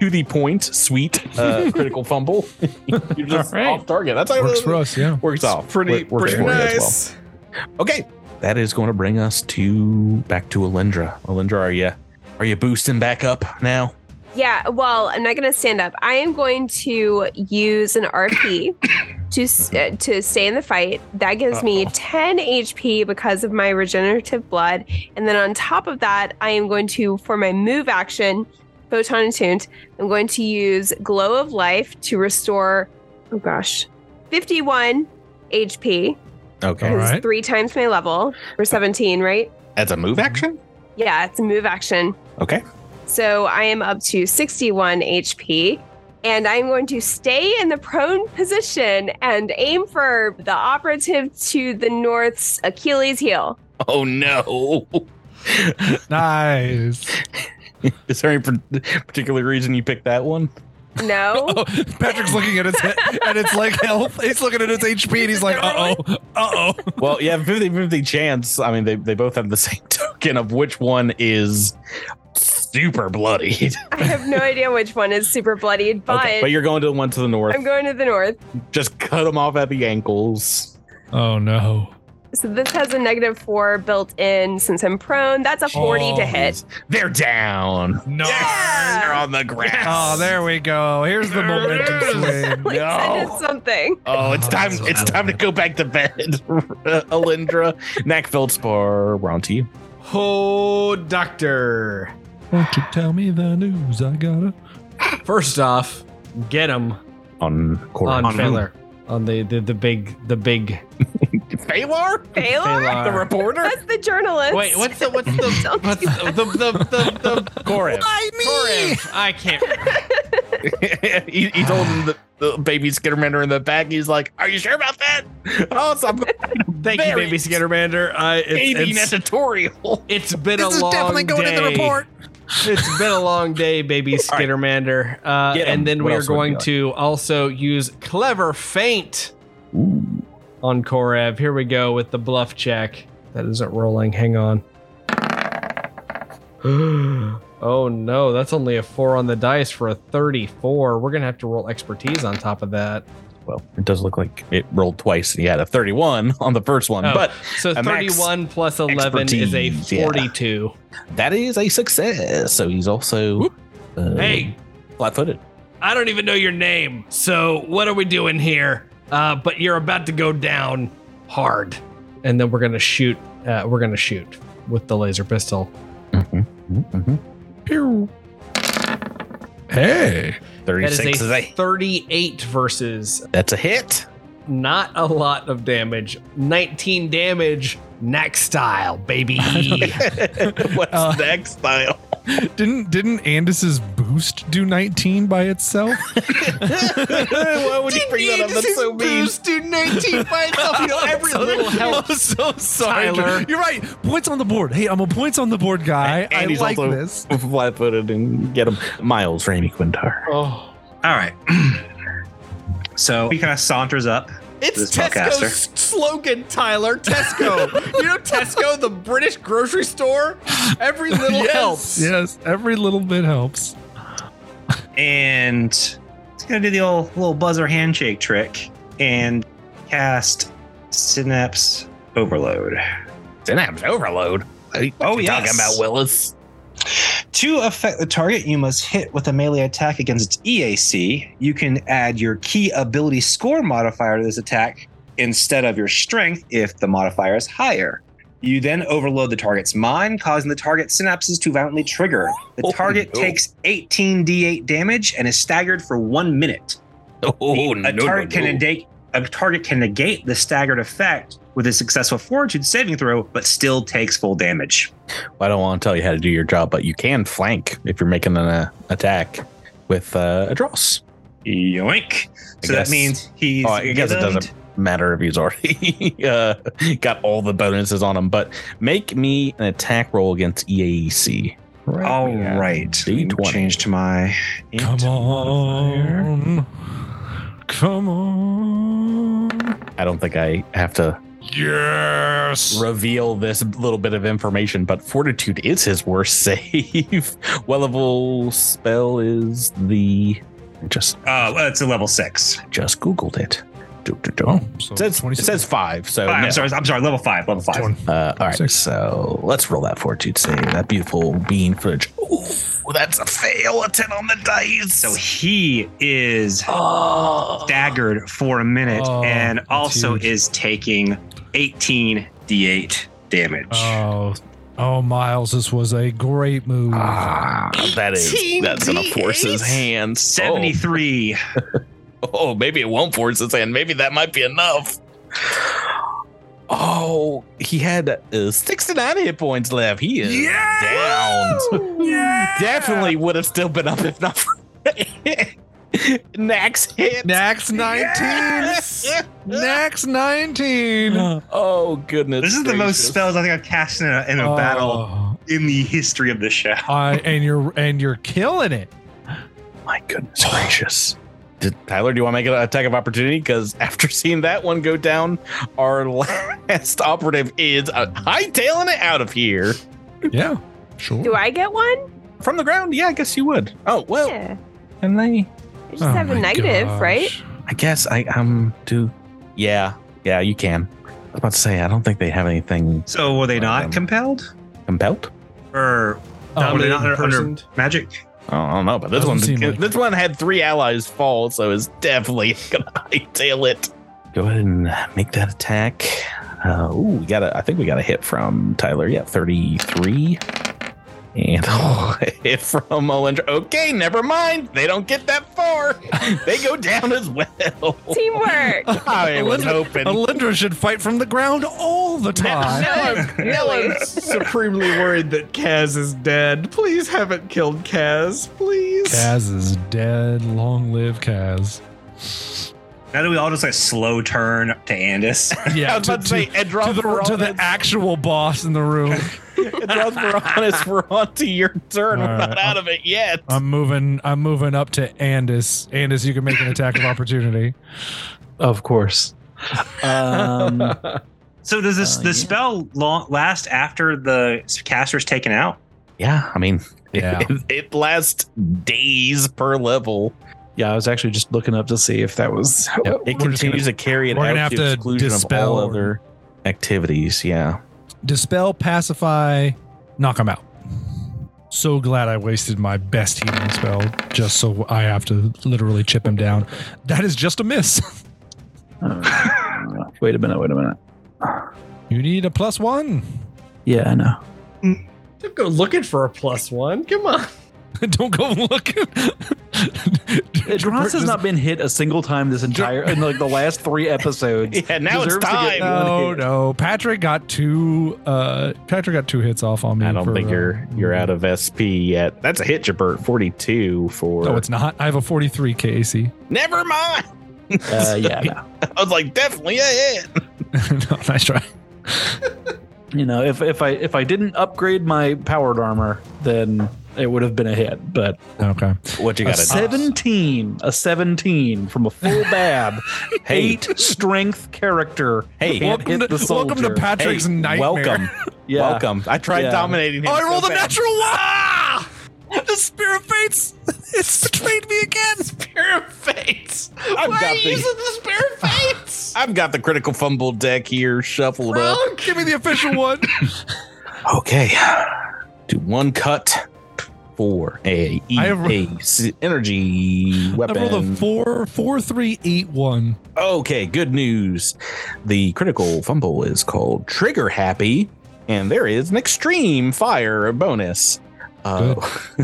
[SPEAKER 2] to the point, sweet uh, critical fumble. You're just
[SPEAKER 6] All right.
[SPEAKER 2] off target. That's how
[SPEAKER 4] Works for us, yeah.
[SPEAKER 2] Works off.
[SPEAKER 6] pretty-
[SPEAKER 2] Wor- works
[SPEAKER 6] pretty
[SPEAKER 2] for you as well.
[SPEAKER 11] Nice.
[SPEAKER 2] Okay, that is going to bring us to back to Alindra. Alindra, are you are you boosting back up now?
[SPEAKER 5] Yeah, well, I'm not going to stand up. I am going to use an RP to s- uh, to stay in the fight. That gives me 10 HP because of my regenerative blood, and then on top of that, I am going to for my move action, photon attuned. I'm going to use glow of life to restore. Oh gosh, 51 HP.
[SPEAKER 2] Okay,
[SPEAKER 4] All
[SPEAKER 5] It's
[SPEAKER 4] right.
[SPEAKER 5] three times my level. We're 17, right?
[SPEAKER 2] that's a move action.
[SPEAKER 5] Yeah, it's a move action.
[SPEAKER 2] Okay.
[SPEAKER 5] So I am up to 61 HP, and I'm going to stay in the prone position and aim for the operative to the north's Achilles heel.
[SPEAKER 2] Oh no!
[SPEAKER 4] Nice.
[SPEAKER 2] is there any par- particular reason you picked that one?
[SPEAKER 5] No,
[SPEAKER 4] Oh, Patrick's looking at its and it's like health. He's looking at its HP and he's like, uh oh, uh oh.
[SPEAKER 2] Well, yeah, 50-50 chance. I mean, they they both have the same token of which one is super bloodied.
[SPEAKER 5] I have no idea which one is super bloodied, but,
[SPEAKER 2] okay, but you're going to the one to the north.
[SPEAKER 5] I'm going to the north.
[SPEAKER 2] Just cut them off at the ankles.
[SPEAKER 4] Oh no.
[SPEAKER 5] So this has a negative four built in since I'm prone. That's a 40
[SPEAKER 2] Oh,
[SPEAKER 5] to hit. Ah,
[SPEAKER 2] They're down.
[SPEAKER 4] No.
[SPEAKER 5] Yeah.
[SPEAKER 2] They're on the grass.
[SPEAKER 4] Oh, there we go. Here's the momentum swing.
[SPEAKER 5] Like, send us something.
[SPEAKER 2] Oh, it's
[SPEAKER 4] Oh,
[SPEAKER 2] time!
[SPEAKER 4] that's
[SPEAKER 2] It's
[SPEAKER 4] bad.
[SPEAKER 2] time to go back to bed, Alindra. Knack Feldspar, we're on to you.
[SPEAKER 11] Oh, doctor.
[SPEAKER 4] Won't you tell me the news? I gotta.
[SPEAKER 11] First off,
[SPEAKER 8] Get him
[SPEAKER 2] On quarter.
[SPEAKER 8] on,
[SPEAKER 7] On
[SPEAKER 8] Failer. On the, the the big the big
[SPEAKER 2] Phalar,
[SPEAKER 5] Baylor?
[SPEAKER 2] the reporter.
[SPEAKER 5] That's the journalist.
[SPEAKER 8] Wait, what's the what's the
[SPEAKER 5] Don't
[SPEAKER 8] what's the the the, the, the
[SPEAKER 2] Korev.
[SPEAKER 8] Korev? I can't.
[SPEAKER 2] he, he told him the, the baby Skittermander in the back. He's like, "Are you sure about that?" Oh, so I'm
[SPEAKER 8] Thank you,
[SPEAKER 2] Very-
[SPEAKER 8] baby Skittermander. I
[SPEAKER 2] baby in
[SPEAKER 8] it's,
[SPEAKER 2] a
[SPEAKER 8] it's,
[SPEAKER 2] tutorial.
[SPEAKER 8] it's been a long day. It's been a long day, baby
[SPEAKER 2] right.
[SPEAKER 8] Skittermander. Uh,
[SPEAKER 2] Get 'em.
[SPEAKER 8] and then
[SPEAKER 2] What
[SPEAKER 8] we are
[SPEAKER 2] else would it be
[SPEAKER 8] going
[SPEAKER 2] like?
[SPEAKER 8] to also use clever feint on Korev. Here we go with the bluff check. That isn't rolling. Hang on. oh no, that's only a four on the dice for a thirty-four. We're gonna have to roll expertise on top of that.
[SPEAKER 2] Well, it does look like it rolled twice, and he had a 31 on the first one,
[SPEAKER 8] Oh.
[SPEAKER 2] but
[SPEAKER 8] So
[SPEAKER 2] A max
[SPEAKER 8] thirty-one plus eleven is a
[SPEAKER 2] expertise, yeah.
[SPEAKER 8] forty-two.
[SPEAKER 2] that is a success. So he's also uh,
[SPEAKER 8] Hey,
[SPEAKER 2] flat-footed.
[SPEAKER 8] I don't even know your name. So what are we doing here? Uh, but you're about to go down hard, and then we're gonna shoot. Uh, we're gonna shoot with the laser pistol.
[SPEAKER 4] Hey.
[SPEAKER 2] 36
[SPEAKER 8] that is
[SPEAKER 2] is
[SPEAKER 8] a
[SPEAKER 2] a-
[SPEAKER 8] 38 versus
[SPEAKER 2] that's a hit.
[SPEAKER 8] not a lot of damage. 19 damage, next style, baby.
[SPEAKER 2] What's
[SPEAKER 4] Uh,
[SPEAKER 2] next style?
[SPEAKER 4] Didn't didn't Andis's boost do 19 by itself?
[SPEAKER 2] Why would you bring that up? That's so mean.
[SPEAKER 8] to 19 by itself. You know, every little help.
[SPEAKER 4] I'm so sorry.
[SPEAKER 8] Tyler.
[SPEAKER 4] You're right. Points on the board. Hey, I'm a points on the board guy.
[SPEAKER 2] And he's
[SPEAKER 4] I like
[SPEAKER 2] also-
[SPEAKER 4] this.
[SPEAKER 2] Flat-footed and get him miles for Amy Quintar.
[SPEAKER 8] Oh,
[SPEAKER 7] All right. so he kind of saunters up.
[SPEAKER 11] it's
[SPEAKER 7] This
[SPEAKER 11] Tesco's
[SPEAKER 7] podcaster.
[SPEAKER 11] s- slogan, Tyler. Tesco. you know Tesco, the British grocery store? Every little helps.
[SPEAKER 4] Yes, every little bit helps.
[SPEAKER 7] and it's gonna do the old little buzzer handshake trick and cast synapse overload
[SPEAKER 2] Synapse overload. yeah,
[SPEAKER 7] Oh, yes.
[SPEAKER 2] talking about Willis.
[SPEAKER 7] to affect the target you must hit with a melee attack against its eac you can add your key ability score modifier to this attack instead of your strength if the modifier is higher you then overload the target's mind causing the target synapses to violently trigger the
[SPEAKER 2] Oh,
[SPEAKER 7] target
[SPEAKER 2] no.
[SPEAKER 7] takes 18d8 damage and is staggered for one minute
[SPEAKER 2] Oh,
[SPEAKER 7] a target can negate a target can negate the staggered effect with a successful fortitude saving throw, but still takes full damage.
[SPEAKER 2] I don't want to tell you how to do your job, but you can flank if you're making an uh, attack with uh, a dross. I
[SPEAKER 7] Yoink! So that
[SPEAKER 2] guess-
[SPEAKER 7] means he's.
[SPEAKER 2] Oh, I guess it
[SPEAKER 7] rhythmed.
[SPEAKER 2] doesn't matter if he's already uh, got all the bonuses on him, but make me an attack roll against E EAEC.
[SPEAKER 7] All right.
[SPEAKER 2] Oh, Yeah. D20.
[SPEAKER 7] Change to my.
[SPEAKER 4] Come on. Come on.
[SPEAKER 2] I don't think I have to
[SPEAKER 4] Yes.
[SPEAKER 2] reveal this little bit of information, but fortitude is his worst save. Wellable spell is the I just
[SPEAKER 7] Uh, well, it's a level six.
[SPEAKER 2] just googled it. Do, do, do.
[SPEAKER 4] Oh, so
[SPEAKER 2] it says, it
[SPEAKER 4] 26.
[SPEAKER 2] says five. So
[SPEAKER 7] Five,
[SPEAKER 2] Oh, no.
[SPEAKER 7] I'm sorry. I'm sorry. Level five. Level five.
[SPEAKER 2] Uh, all right,
[SPEAKER 4] Six.
[SPEAKER 2] so let's roll that fortitude save. That beautiful bean footage. Ooh, that's a fail. A ten on the dice.
[SPEAKER 7] So he is
[SPEAKER 2] oh,
[SPEAKER 7] staggered for a minute
[SPEAKER 4] Oh,
[SPEAKER 7] and
[SPEAKER 4] that's
[SPEAKER 7] also
[SPEAKER 4] huge.
[SPEAKER 7] is taking 18 d8 damage.
[SPEAKER 4] Oh, oh, Miles, this was a great move.
[SPEAKER 2] Ah, that is that's gonna force his hand.
[SPEAKER 7] 73.
[SPEAKER 2] Oh, oh, maybe it won't force his hand. Maybe that might be enough. Oh, he had uh, sixty-nine hit points left. He is down. Definitely would have still been up if not for Nax hit.
[SPEAKER 12] Nax 19.
[SPEAKER 4] Next 19.
[SPEAKER 2] Oh goodness!
[SPEAKER 7] This is the most
[SPEAKER 2] gracious.
[SPEAKER 7] spells I think I've cast in a, in a
[SPEAKER 4] Oh.
[SPEAKER 7] battle in the history of the show.
[SPEAKER 4] uh, I, and you're and you're killing it.
[SPEAKER 2] My goodness gracious. Did, Tyler, do you want to make an attack of opportunity? Because after seeing that one go down, our last operative is uh, hightailing it out of here
[SPEAKER 4] Yeah, sure.
[SPEAKER 5] Do I get one?
[SPEAKER 2] from the ground. Yeah, I guess you would. Oh well, oh
[SPEAKER 5] Yeah.
[SPEAKER 2] and they,
[SPEAKER 5] I
[SPEAKER 4] Oh
[SPEAKER 5] just have a negative, right?
[SPEAKER 2] I guess I um do. Yeah, yeah, you can. I was about to say, I don't think they have anything
[SPEAKER 7] So were they not
[SPEAKER 2] Um,
[SPEAKER 7] compelled?
[SPEAKER 2] compelled.
[SPEAKER 7] Or
[SPEAKER 4] Oh,
[SPEAKER 7] were they not under, under
[SPEAKER 8] Personed.
[SPEAKER 7] magic?
[SPEAKER 2] I don't know, but this
[SPEAKER 4] Doesn't
[SPEAKER 2] one,
[SPEAKER 4] seem like-
[SPEAKER 2] this one had three allies fall, so it's definitely gonna hightail it. Go ahead and make that attack. Uh, ooh, we got a, I think we got a hit from Tyler. Yeah, thirty-three, and oh, a hit from Olendra. Okay, never mind. They don't get that far. they go down as well.
[SPEAKER 5] Teamwork.
[SPEAKER 2] I was hoping.
[SPEAKER 4] Alindra should fight from the ground all the time.
[SPEAKER 8] Now I'm supremely worried that Kaz is dead. Please haven't killed Kaz, please.
[SPEAKER 4] Kaz is dead. Long live Kaz.
[SPEAKER 7] Now do we all just like slow turn to Andis?
[SPEAKER 4] Yeah,
[SPEAKER 2] I was about to, say, Edron
[SPEAKER 4] to the, to the actual boss in the room.
[SPEAKER 2] Veronis, we're on to your turn.
[SPEAKER 4] All
[SPEAKER 2] we're not
[SPEAKER 4] right. Um,
[SPEAKER 2] out of it yet.
[SPEAKER 4] I'm moving. I'm moving up to Andis. Andis, you can make an attack of opportunity.
[SPEAKER 6] Of course. Um,
[SPEAKER 7] so does this
[SPEAKER 2] Uh,
[SPEAKER 7] the
[SPEAKER 2] yeah.
[SPEAKER 7] spell long, last after the caster's taken out?
[SPEAKER 2] yeah, I mean,
[SPEAKER 4] Yeah.
[SPEAKER 2] it, it lasts days per level.
[SPEAKER 6] yeah, I was actually just looking up to see if that was.
[SPEAKER 2] it
[SPEAKER 4] we're just
[SPEAKER 2] continues to carry it
[SPEAKER 4] we're
[SPEAKER 2] out
[SPEAKER 4] gonna
[SPEAKER 2] to
[SPEAKER 4] have
[SPEAKER 2] the
[SPEAKER 4] to
[SPEAKER 2] exclusion of
[SPEAKER 4] dispel-
[SPEAKER 2] all other activities. Yeah.
[SPEAKER 4] Dispel, pacify, knock him out. So glad I wasted my best healing spell just so I have to literally chip him down. That is just a miss.
[SPEAKER 6] Uh, wait a minute. Wait a minute.
[SPEAKER 4] You need a plus one.
[SPEAKER 6] Yeah, I know.
[SPEAKER 8] Don't go looking for a plus one. Come on.
[SPEAKER 4] Don't go looking.
[SPEAKER 6] Dross has not been hit a single time this entire in like the last three episodes.
[SPEAKER 2] Yeah. Now it's
[SPEAKER 6] Deserves to get-
[SPEAKER 2] time.
[SPEAKER 4] No,
[SPEAKER 6] hit.
[SPEAKER 4] no. Patrick got two. Uh, Patrick got two hits off on me.
[SPEAKER 2] I don't
[SPEAKER 4] for,
[SPEAKER 2] think
[SPEAKER 4] uh,
[SPEAKER 2] you're you're out of SP yet. That's a hit, Jabert. Forty-two for.
[SPEAKER 4] No, it's not. I have a 43 KAC.
[SPEAKER 2] Never mind.
[SPEAKER 6] Uh, yeah, no.
[SPEAKER 2] I was like, definitely a hit.
[SPEAKER 4] no, nice try.
[SPEAKER 6] you know, if if I if I didn't upgrade my powered armor, then it would have been a hit. But
[SPEAKER 4] Okay.
[SPEAKER 2] What you
[SPEAKER 6] a
[SPEAKER 2] got?
[SPEAKER 6] seventeen, a seventeen from a full bab,
[SPEAKER 2] Hey.
[SPEAKER 6] eight strength character.
[SPEAKER 2] Hey.
[SPEAKER 6] can't
[SPEAKER 4] Welcome
[SPEAKER 6] hit the
[SPEAKER 4] to-
[SPEAKER 6] soldier.
[SPEAKER 4] welcome to Patrick's nightmare.
[SPEAKER 2] Welcome,
[SPEAKER 6] Yeah.
[SPEAKER 2] welcome. I tried
[SPEAKER 6] Yeah.
[SPEAKER 2] dominating him.
[SPEAKER 4] Oh, I
[SPEAKER 2] so
[SPEAKER 4] rolled a
[SPEAKER 2] bad.
[SPEAKER 4] natural one. Ah! The spear of fates. It's betrayed me again.
[SPEAKER 12] Spear of Fates.
[SPEAKER 2] I've
[SPEAKER 12] Why
[SPEAKER 2] got
[SPEAKER 12] are you
[SPEAKER 2] the-
[SPEAKER 12] using the Spear of Fates?
[SPEAKER 2] I've got the critical fumble deck here shuffled up.
[SPEAKER 4] Bro, give me the official one.
[SPEAKER 2] Okay. Do one cut for a E-
[SPEAKER 4] I have-
[SPEAKER 2] a s- energy
[SPEAKER 4] I rolled a
[SPEAKER 2] weapon.
[SPEAKER 4] four, four, three, eight, one.
[SPEAKER 2] okay, good news. The critical fumble is called trigger happy, and there is an extreme fire bonus. Uh,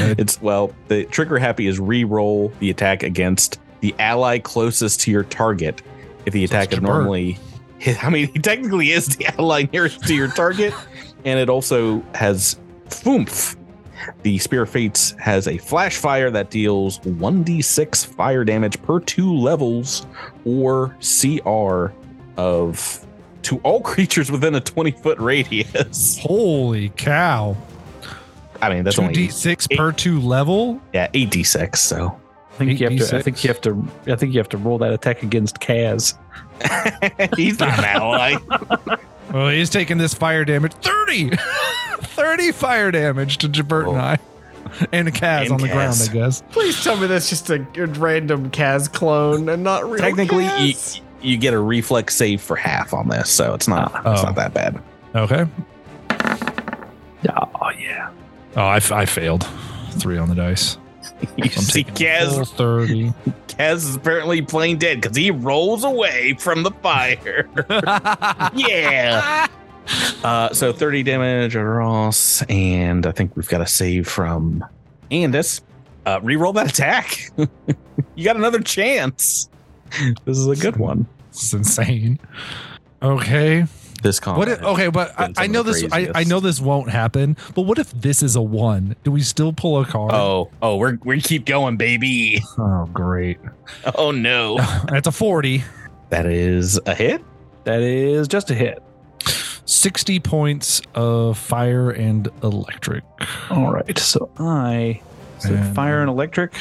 [SPEAKER 4] Good.
[SPEAKER 2] it's well, the trigger happy is re-roll the attack against the ally closest to your target. If the attack is
[SPEAKER 4] Jabert.
[SPEAKER 2] normally, I mean, he technically is the ally nearest to your target, and it also has Foomph. The Spear of Fates has a flash fire that deals 1d6 fire damage per two levels or CR of to all creatures within a 20 foot radius.
[SPEAKER 4] Holy cow.
[SPEAKER 2] I mean, that's
[SPEAKER 4] two
[SPEAKER 2] only
[SPEAKER 4] D six per two level.
[SPEAKER 2] yeah, 8d6, so
[SPEAKER 6] think you have to. I
[SPEAKER 4] 8d6.
[SPEAKER 6] think you have to. I think you have to roll that attack against Kaz.
[SPEAKER 2] He's not an ally.
[SPEAKER 4] Well, he's taking this fire damage. 30! 30 fire damage to Jabert and I. And Kaz
[SPEAKER 2] And
[SPEAKER 4] on the ground,
[SPEAKER 2] Kaz.
[SPEAKER 4] I guess.
[SPEAKER 8] Please tell me that's just a good random Kaz clone and not real.
[SPEAKER 2] Technically, you,
[SPEAKER 4] e-
[SPEAKER 8] Kaz.
[SPEAKER 2] you get a reflex save for half on this, so it's not it's
[SPEAKER 4] Oh.
[SPEAKER 2] not that bad.
[SPEAKER 4] Okay.
[SPEAKER 6] Oh yeah.
[SPEAKER 4] Oh, I, f- I failed. Three on the dice.
[SPEAKER 2] You see
[SPEAKER 4] Full
[SPEAKER 2] Kaz,
[SPEAKER 4] 30.
[SPEAKER 2] Kaz is apparently plain dead because he rolls away from the fire. yeah. Uh, so 30 damage on Ross, and I think we've got a save from Andis. Uh, reroll that attack. you got another chance. This is a good one.
[SPEAKER 4] This is insane. Okay.
[SPEAKER 2] This combat.
[SPEAKER 4] What if, okay, but I,
[SPEAKER 2] Oh, been some
[SPEAKER 4] I
[SPEAKER 2] of
[SPEAKER 4] know
[SPEAKER 2] the
[SPEAKER 4] this I, I
[SPEAKER 2] craziest.
[SPEAKER 4] know this won't happen, but what if this is a one? Do we still pull a card?
[SPEAKER 2] Oh, oh, we're we keep going, baby.
[SPEAKER 4] Oh, great.
[SPEAKER 2] Oh no,
[SPEAKER 4] That's a 40.
[SPEAKER 2] that is a hit.
[SPEAKER 6] That is just a hit.
[SPEAKER 4] 60 points of fire and electric.
[SPEAKER 6] All right. So I. So
[SPEAKER 4] And-
[SPEAKER 6] fire and electric.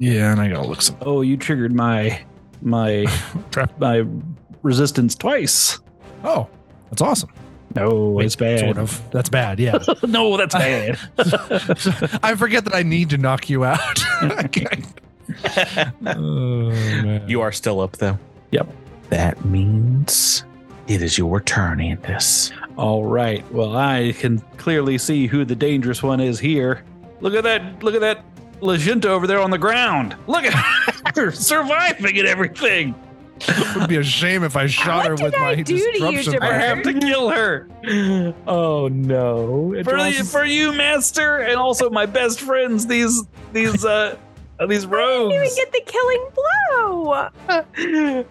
[SPEAKER 4] Yeah, and I gotta look some.
[SPEAKER 6] Oh, you triggered my my
[SPEAKER 4] Trap-
[SPEAKER 6] my resistance twice.
[SPEAKER 4] Oh, that's awesome.
[SPEAKER 6] No, it's bad.
[SPEAKER 4] Sort of. That's bad. Yeah.
[SPEAKER 6] no, that's bad.
[SPEAKER 4] I forget that I need to knock you out. oh, man.
[SPEAKER 2] You are still up though.
[SPEAKER 6] Yep.
[SPEAKER 2] That means it is your turn, Andis.
[SPEAKER 6] All right. Well, I can clearly see who the dangerous one is here. Look at that! Look at that! Leginta over there on the ground. Look at her surviving and everything.
[SPEAKER 4] it would be a shame if I shot
[SPEAKER 5] What
[SPEAKER 4] her
[SPEAKER 5] did
[SPEAKER 4] with
[SPEAKER 5] I
[SPEAKER 4] my
[SPEAKER 5] do to you,
[SPEAKER 4] disruption.
[SPEAKER 5] Jabbar?
[SPEAKER 6] I have to kill her.
[SPEAKER 13] Oh no!
[SPEAKER 6] for, you, for you, master, and also my best friends. These these uh these
[SPEAKER 5] I didn't even
[SPEAKER 6] rogues.
[SPEAKER 5] get the killing blow.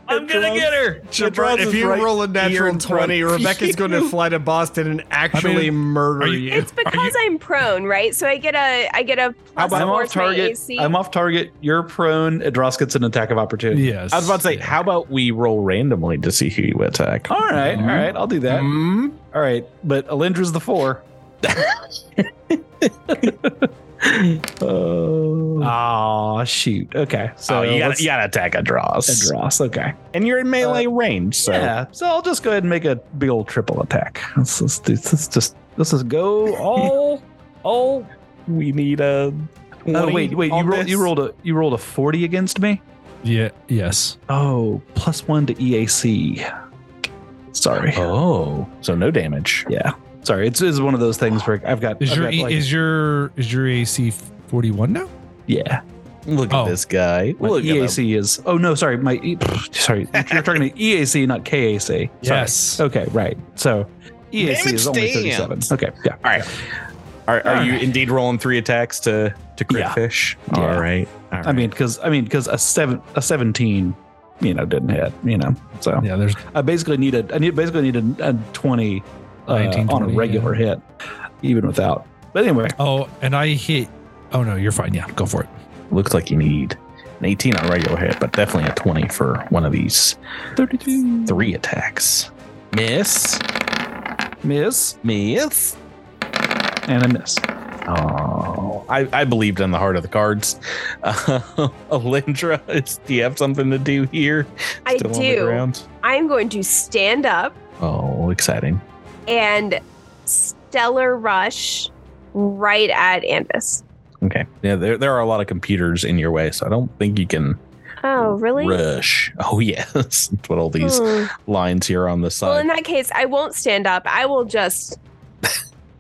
[SPEAKER 6] I'm gonna get her.
[SPEAKER 8] Jabron, if you roll a natural 20, Rebecca's going to fly to Boston and actually murder
[SPEAKER 4] you-
[SPEAKER 8] you.
[SPEAKER 5] It's because I'm prone, right? So I get a I get a plus
[SPEAKER 6] I'm
[SPEAKER 5] four
[SPEAKER 6] off
[SPEAKER 5] to my
[SPEAKER 6] target.
[SPEAKER 5] AC.
[SPEAKER 6] I'm off target. You're prone. Adros gets an attack of opportunity.
[SPEAKER 4] Yes.
[SPEAKER 2] I was about to say, how about we roll randomly to see who you attack?
[SPEAKER 6] All right, all right, I'll do that.
[SPEAKER 8] Mm,
[SPEAKER 6] All right, but Alindra's the four.
[SPEAKER 2] Oh,
[SPEAKER 6] Oh shoot. Okay, so
[SPEAKER 2] you got
[SPEAKER 6] let's-
[SPEAKER 2] you got to attack a draws,
[SPEAKER 6] Adros. Okay,
[SPEAKER 2] and you're in melee range. So
[SPEAKER 6] Uh, yeah. So I'll just go ahead and make a big old triple attack. Let's, let's do. Let's just let's just go all all.
[SPEAKER 2] we need a.
[SPEAKER 6] Oh
[SPEAKER 2] 20
[SPEAKER 6] wait, wait. You
[SPEAKER 2] on
[SPEAKER 6] rolled.
[SPEAKER 2] this.
[SPEAKER 6] You rolled a. You rolled a forty against me.
[SPEAKER 4] Yeah. Yes.
[SPEAKER 6] Oh, plus one to EAC. Sorry.
[SPEAKER 2] Oh, so no damage.
[SPEAKER 6] Yeah. Sorry. It's, it's one of those things where I've got.
[SPEAKER 4] Is
[SPEAKER 6] I've
[SPEAKER 4] your
[SPEAKER 6] got,
[SPEAKER 4] E-
[SPEAKER 6] like-
[SPEAKER 4] is your is your AC forty one now?
[SPEAKER 6] yeah.
[SPEAKER 2] Look
[SPEAKER 4] Oh.
[SPEAKER 2] at this guy.
[SPEAKER 6] My
[SPEAKER 2] Look at him.
[SPEAKER 6] EAC is. Oh no, sorry. My e, pff, sorry. You're talking to EAC, not KAC. Sorry.
[SPEAKER 4] Yes.
[SPEAKER 6] Okay, right. So EAC
[SPEAKER 2] Damage
[SPEAKER 6] is only thirty-seven.
[SPEAKER 2] stands.
[SPEAKER 6] Okay. Yeah.
[SPEAKER 2] All right. Are, are
[SPEAKER 6] uh,
[SPEAKER 2] you indeed rolling three attacks to to crit
[SPEAKER 6] Yeah.
[SPEAKER 2] fish?
[SPEAKER 6] Yeah.
[SPEAKER 2] All right. All
[SPEAKER 6] I mean, because I mean, because a seven, a seventeen, you know, didn't hit. You know, so
[SPEAKER 4] Yeah. There's
[SPEAKER 6] I basically need a. I need basically need a, a twenty uh,
[SPEAKER 4] 19,
[SPEAKER 6] on a
[SPEAKER 4] 20,
[SPEAKER 6] regular hit, even without. But anyway,
[SPEAKER 4] oh, and I hit. Oh no, you're fine. Yeah, go for it.
[SPEAKER 2] looks like you need an 18 on regular hit, but definitely a 20 for one of these
[SPEAKER 6] thirty-two
[SPEAKER 2] three attacks. Miss,
[SPEAKER 6] miss
[SPEAKER 2] miss.
[SPEAKER 6] and a miss.
[SPEAKER 2] Oh, I, I believed in the heart of the cards. Uh, Alindra, it's, do you have something to do here?
[SPEAKER 5] I
[SPEAKER 2] Still on the
[SPEAKER 5] do.
[SPEAKER 2] ground?
[SPEAKER 5] I'm going to stand up
[SPEAKER 2] Oh, exciting.
[SPEAKER 5] and stellar rush right at Andis.
[SPEAKER 2] Okay. Yeah, there, there are a lot of computers in your way, so I don't think you can
[SPEAKER 5] Oh, really?
[SPEAKER 2] rush. Oh, yes. That's what all these
[SPEAKER 5] Hmm.
[SPEAKER 2] lines here on the
[SPEAKER 5] Well, in
[SPEAKER 2] side.
[SPEAKER 5] that case, I won't stand up. I will just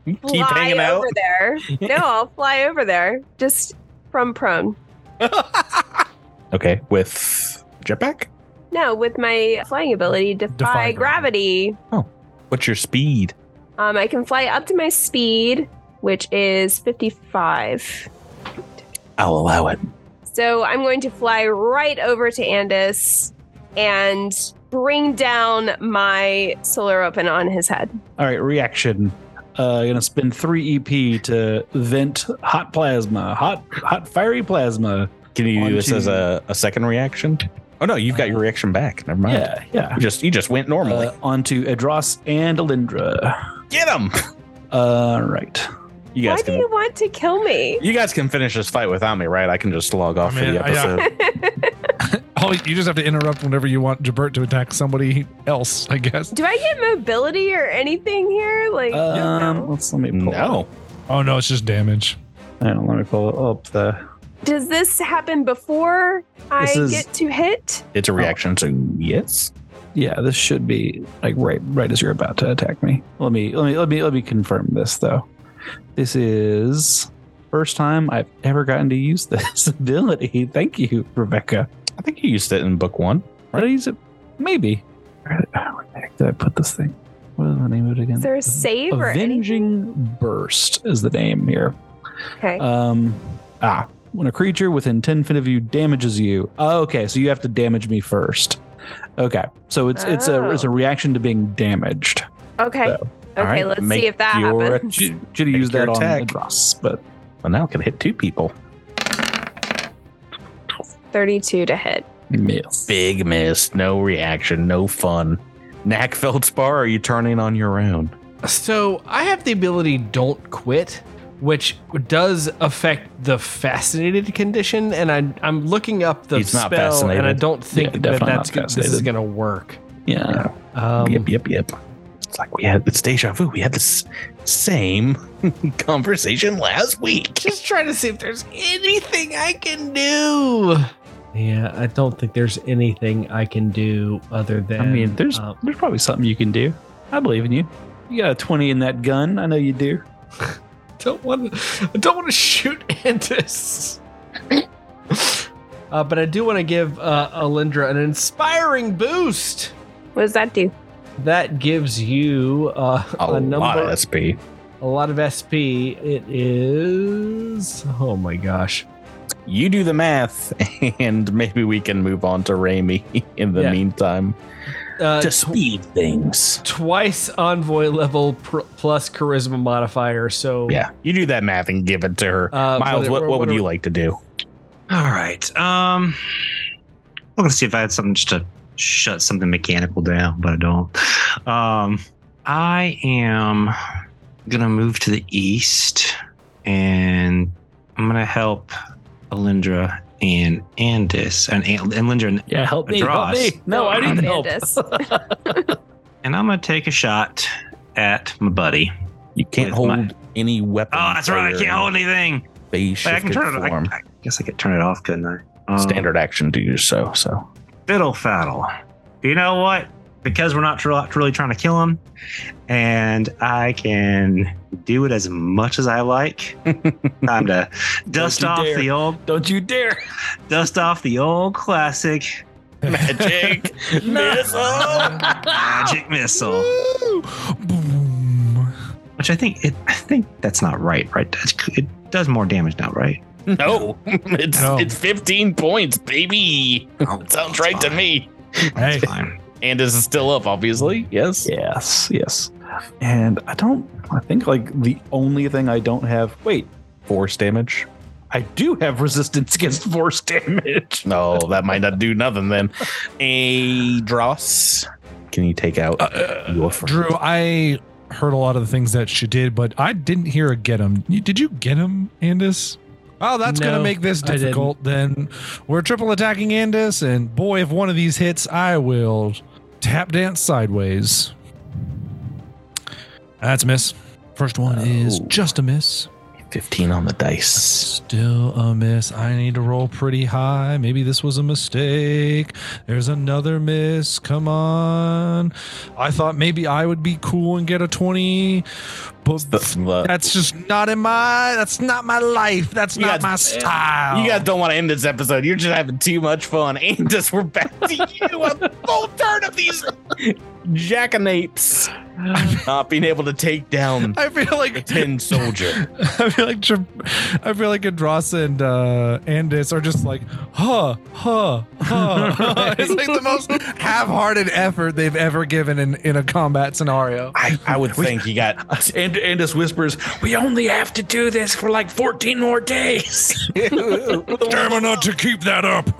[SPEAKER 5] fly
[SPEAKER 2] Keep hanging out.
[SPEAKER 5] over there. No, I'll fly over there just from prone.
[SPEAKER 2] Okay. With jetpack?
[SPEAKER 5] No, with my flying ability, defy,
[SPEAKER 4] Defy
[SPEAKER 5] gravity.
[SPEAKER 2] What's your speed?
[SPEAKER 5] Um, I can fly up to my speed, which is 55.
[SPEAKER 2] I'll allow it.
[SPEAKER 5] So I'm going to fly right over to Andis and bring down my solar open on his head.
[SPEAKER 6] All right, reaction. Uh, gonna spend three EP to vent hot plasma, hot hot fiery plasma.
[SPEAKER 2] Can you
[SPEAKER 6] On
[SPEAKER 2] do this
[SPEAKER 6] to-
[SPEAKER 2] as a, a second reaction? Oh no, you've got your reaction back. Never mind.
[SPEAKER 6] Yeah, yeah.
[SPEAKER 2] You just you just went normally.
[SPEAKER 6] Uh, onto Edros and Alindra.
[SPEAKER 2] Get him.
[SPEAKER 6] All right.
[SPEAKER 2] You
[SPEAKER 5] Why
[SPEAKER 2] guys
[SPEAKER 5] do
[SPEAKER 2] can
[SPEAKER 5] you want to kill me?
[SPEAKER 2] you guys can finish this fight without me, right? I can just log off for
[SPEAKER 4] mean,
[SPEAKER 2] the
[SPEAKER 4] I- yeah.
[SPEAKER 2] episode.
[SPEAKER 4] Oh, you just have to interrupt whenever you want Jabert to attack somebody else, I guess.
[SPEAKER 5] Do I get mobility or anything here? Like,
[SPEAKER 6] Um, let's let me pull.
[SPEAKER 2] No.
[SPEAKER 4] Oh no, it's just damage.
[SPEAKER 6] I don't let me pull up the.
[SPEAKER 5] does this happen before I
[SPEAKER 6] This is-
[SPEAKER 5] get to hit?
[SPEAKER 2] It's
[SPEAKER 6] Oh.
[SPEAKER 2] a reaction, so yes.
[SPEAKER 6] Yeah, this should be like right right as you're about to attack me. Let me let me let me let me confirm this though. This is first time I've ever gotten to use this ability. Thank you, Rebecca.
[SPEAKER 2] I think you used it in book one.
[SPEAKER 6] Did I use it? Maybe. Where the heck did I put this thing? What is the name of it again?
[SPEAKER 5] Is there a save or anything?
[SPEAKER 6] Avenging Burst is the name here.
[SPEAKER 5] Okay.
[SPEAKER 6] Um, ah, when a creature within 10 feet of you damages you. Oh, okay, so you have to damage me first. Okay, so it's it's a it's a reaction to being damaged.
[SPEAKER 5] okay.
[SPEAKER 6] so,
[SPEAKER 5] okay, let's see if that happens.
[SPEAKER 6] Should have used
[SPEAKER 2] your
[SPEAKER 6] that on
[SPEAKER 2] attack.
[SPEAKER 6] Adros, but
[SPEAKER 2] Well, now it can hit two people.
[SPEAKER 5] 32 to hit.
[SPEAKER 6] miss.
[SPEAKER 2] Big miss. No reaction. No fun. Knack Feldspar, are you turning on your own?
[SPEAKER 8] So I have the ability Don't Quit, which does affect the fascinated condition, and I, I'm looking up the
[SPEAKER 2] He's not
[SPEAKER 8] spell, and I
[SPEAKER 2] fascinated.
[SPEAKER 8] don't think
[SPEAKER 6] Yeah,
[SPEAKER 8] that
[SPEAKER 6] definitely
[SPEAKER 8] that's
[SPEAKER 6] not
[SPEAKER 8] go- this is
[SPEAKER 6] fascinated.
[SPEAKER 8] going to work.
[SPEAKER 6] Yeah.
[SPEAKER 8] Um,
[SPEAKER 2] yep, yep, yep. It's like we had it's deja vu. We had this same conversation last week.
[SPEAKER 8] Just trying to see if there's anything I can do. Yeah, I don't think there's anything I can do other than.
[SPEAKER 6] I mean, there's
[SPEAKER 8] um,
[SPEAKER 6] there's probably something you can do. I believe in you. You got a 20 in that gun. I know you do.
[SPEAKER 8] don't want to. I don't want to shoot Antis. uh, but I do want to give uh, Alindra an inspiring boost.
[SPEAKER 5] What does that do?
[SPEAKER 8] That gives you uh,
[SPEAKER 2] A,
[SPEAKER 8] a, number,
[SPEAKER 2] lot of SP.
[SPEAKER 8] a lot of SP. It is. Oh my gosh.
[SPEAKER 2] You do the math, and maybe we can move on to Raimi in the
[SPEAKER 8] Yeah.
[SPEAKER 2] meantime.
[SPEAKER 8] Uh,
[SPEAKER 2] to speed things.
[SPEAKER 8] twice envoy level pr- plus charisma modifier. So
[SPEAKER 2] Yeah, you do that math and give it to her.
[SPEAKER 8] Uh,
[SPEAKER 2] Miles,
[SPEAKER 8] but-
[SPEAKER 2] what, what would
[SPEAKER 8] what-
[SPEAKER 2] you like to do?
[SPEAKER 7] All right. Um, I'm gonna see if I had something just to shut something mechanical down, but I don't. Um, I am gonna move to the east, and I'm gonna help Alindra and Andis and and Alindra and,
[SPEAKER 6] Yeah, help me. Help
[SPEAKER 7] Adros.
[SPEAKER 6] me. No, I
[SPEAKER 5] Don't
[SPEAKER 6] need help.
[SPEAKER 5] hand this.
[SPEAKER 7] and I'm gonna take a shot at my buddy.
[SPEAKER 2] You can't
[SPEAKER 7] With
[SPEAKER 2] hold
[SPEAKER 7] my-
[SPEAKER 2] any weapon.
[SPEAKER 7] Oh, that's right. I can't hold anything.
[SPEAKER 2] Phase
[SPEAKER 7] Wait, I can
[SPEAKER 2] shifted
[SPEAKER 7] turn it. I,
[SPEAKER 2] form.
[SPEAKER 7] I guess I could turn it off, couldn't I? Um,
[SPEAKER 2] Standard action to do so. So
[SPEAKER 7] fiddle faddle. You know what? Because we're not tr- really trying to kill him, and I can do it as much as I like. Time to dust
[SPEAKER 6] you
[SPEAKER 7] off
[SPEAKER 6] dare.
[SPEAKER 7] the old,
[SPEAKER 6] Don't you dare.
[SPEAKER 7] dust off the old classic
[SPEAKER 2] magic missile.
[SPEAKER 7] magic missile.
[SPEAKER 4] Boom.
[SPEAKER 7] Which I think it. I think that's not right. Right? That's, it does more damage now, right?
[SPEAKER 2] No, it's
[SPEAKER 4] No.
[SPEAKER 2] it's 15 points, baby. That sounds right to me.
[SPEAKER 4] Hey,
[SPEAKER 7] Fine.
[SPEAKER 2] And this is still up, obviously. Yes.
[SPEAKER 6] Yes, yes. And I don't, I think like the only thing I don't have, wait,
[SPEAKER 2] Force damage.
[SPEAKER 6] I do have resistance against force damage.
[SPEAKER 2] No, that might not do nothing then. A dross. Can you take out
[SPEAKER 7] Uh,
[SPEAKER 2] your friend?
[SPEAKER 4] Drew, I heard a lot of the things that she did, but I didn't hear a get him. You- Did you get him, Andis? Oh, that's going
[SPEAKER 8] No,
[SPEAKER 4] to make this
[SPEAKER 8] I didn't.
[SPEAKER 4] difficult. Then we're triple attacking Andis, and boy, if one of these hits, I will tap dance sideways. That's a miss. First one is
[SPEAKER 2] Oh.
[SPEAKER 4] just a miss.
[SPEAKER 2] 15 on the dice.
[SPEAKER 4] Still a miss. I need to roll pretty high. Maybe this was a mistake. There's another miss. Come on. I thought maybe I would be cool and get a 20, but
[SPEAKER 2] The- the-
[SPEAKER 4] that's just not in my that's not my life. That's
[SPEAKER 2] You guys-
[SPEAKER 4] not my style.
[SPEAKER 2] You guys don't want to end this episode. You're just having too much fun. And just we're back to you a full turn of these jackanapes not being able to take down
[SPEAKER 4] I feel
[SPEAKER 2] a
[SPEAKER 4] like
[SPEAKER 2] tin soldier.
[SPEAKER 4] I feel like Tra- I feel like Androssa and uh, Andis are just like, huh, huh, huh. It's like the most half-hearted effort they've ever given in, in a combat scenario.
[SPEAKER 2] I, I would think you got
[SPEAKER 6] And Andis whispers, we only have to do this for like 14 more days.
[SPEAKER 4] not to keep that up.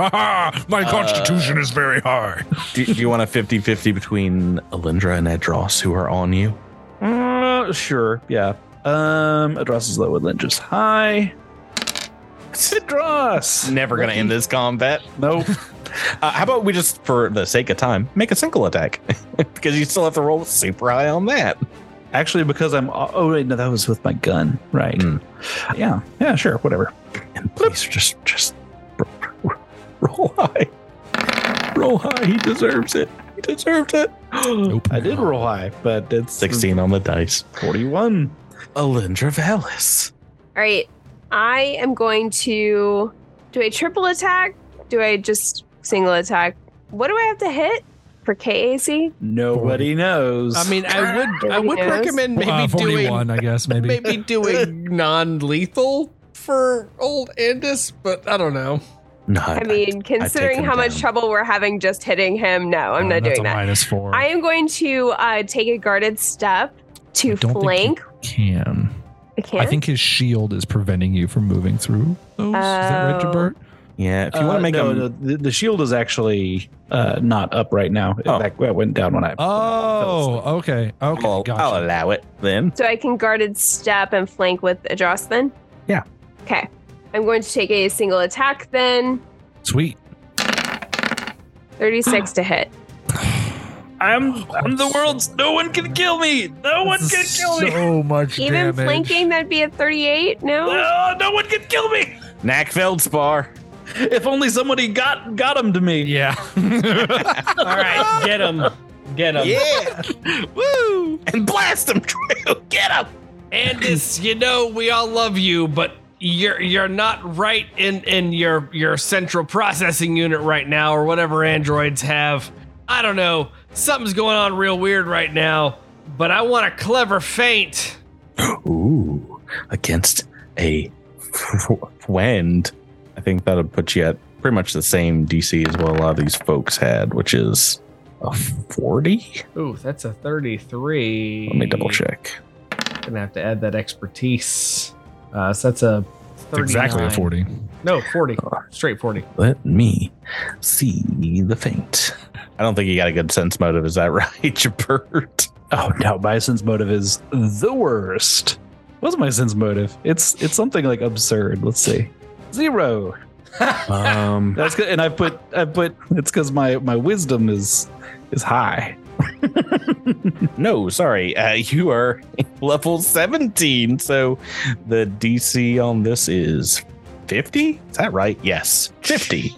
[SPEAKER 4] My
[SPEAKER 5] Uh,
[SPEAKER 4] constitution is very high.
[SPEAKER 2] do, do you want a 50 50 between Alindra and Edros who are on you?
[SPEAKER 6] Uh, sure, yeah. Um, Adross is low, Woodland is high. Sidros!
[SPEAKER 2] Never going to end this combat.
[SPEAKER 6] Nope.
[SPEAKER 2] Uh, how about we just, for the sake of time, make a single attack? because you still have to roll super high on that.
[SPEAKER 6] Actually, because I'm. Oh, wait, no, that was with my gun. Right.
[SPEAKER 2] Mm.
[SPEAKER 6] Yeah. Yeah, sure. Whatever.
[SPEAKER 2] And please just, just r- r- roll high. Roll high. He deserves it. He deserves it.
[SPEAKER 4] Nope.
[SPEAKER 6] I did roll high, but it's
[SPEAKER 2] 16 on the dice.
[SPEAKER 6] 41.
[SPEAKER 2] Alindra Vallis.
[SPEAKER 5] All right. I am going to do a triple attack. Do I just single attack? What do I have to hit for KAC?
[SPEAKER 6] Nobody knows.
[SPEAKER 14] I mean, I would I would
[SPEAKER 5] Yes.
[SPEAKER 14] recommend maybe
[SPEAKER 4] uh, 41,
[SPEAKER 14] doing
[SPEAKER 4] I guess, maybe.
[SPEAKER 14] maybe doing non-lethal for old Andis, but I don't know.
[SPEAKER 2] No,
[SPEAKER 5] I mean, considering
[SPEAKER 2] him
[SPEAKER 5] how much
[SPEAKER 2] down.
[SPEAKER 5] trouble we're having just hitting him, no, I'm not
[SPEAKER 4] Uh, that's
[SPEAKER 5] doing
[SPEAKER 4] a
[SPEAKER 5] that.
[SPEAKER 4] Minus four.
[SPEAKER 5] I am going to uh, take a guarded step to
[SPEAKER 4] I don't think
[SPEAKER 5] flank.
[SPEAKER 4] you can.
[SPEAKER 5] I
[SPEAKER 4] I
[SPEAKER 5] can't.
[SPEAKER 4] think his shield is preventing you from moving through those. Is that right,
[SPEAKER 5] Oh.
[SPEAKER 4] Jabert?
[SPEAKER 2] yeah, if you want
[SPEAKER 6] Uh,
[SPEAKER 2] to make
[SPEAKER 6] no,
[SPEAKER 2] him,
[SPEAKER 6] no, the, the shield is actually uh, not up right now.
[SPEAKER 2] Oh.
[SPEAKER 6] That, that went down when I.
[SPEAKER 4] Oh, okay. Okay.
[SPEAKER 2] I'll,
[SPEAKER 4] gotcha.
[SPEAKER 5] oh,
[SPEAKER 2] I'll allow it then.
[SPEAKER 5] So I can guarded step and flank with Adros then?
[SPEAKER 2] Yeah.
[SPEAKER 5] Okay. I'm going to take a single attack then.
[SPEAKER 4] Sweet.
[SPEAKER 5] 36 to hit.
[SPEAKER 6] I'm I'm the world's. No one can kill me. No one
[SPEAKER 4] This
[SPEAKER 6] can
[SPEAKER 4] is
[SPEAKER 6] kill me.
[SPEAKER 4] So much
[SPEAKER 5] Even
[SPEAKER 4] damage.
[SPEAKER 5] flanking, that'd be a 38. No?
[SPEAKER 6] No, no one can kill me.
[SPEAKER 2] Knack Feldspar.
[SPEAKER 6] If only somebody got got him to me.
[SPEAKER 4] Yeah.
[SPEAKER 8] All right, get him, get him.
[SPEAKER 2] Yeah. Woo! And blast him, Drew. Get him.
[SPEAKER 8] Andis, you know we all love you, but you're you're not right in in your your central processing unit right now, or whatever androids have. I don't know. Something's going on real weird right now. But I want a clever feint.
[SPEAKER 2] Ooh, against a friend. I think that'll put you at pretty much the same DC as what a lot of these folks had, which is a 40.
[SPEAKER 8] Ooh, that's a thirty-three.
[SPEAKER 2] Let me double check.
[SPEAKER 8] Gonna have to add that expertise. Uh, so that's a 39.
[SPEAKER 4] exactly a 40.
[SPEAKER 8] No, forty. Straight forty.
[SPEAKER 2] Let me see the feint. I don't think you got a good sense motive. Is that right, Jabert?
[SPEAKER 6] Oh no, my sense motive is the worst. What's my sense motive? It's it's something like absurd. Let's see. Zero.
[SPEAKER 2] Um,
[SPEAKER 6] That's good. And I put I put it's because my my wisdom is is high.
[SPEAKER 2] no, sorry. Uh, you are level 17. So the DC on this is 50? Is that right? Yes. 50.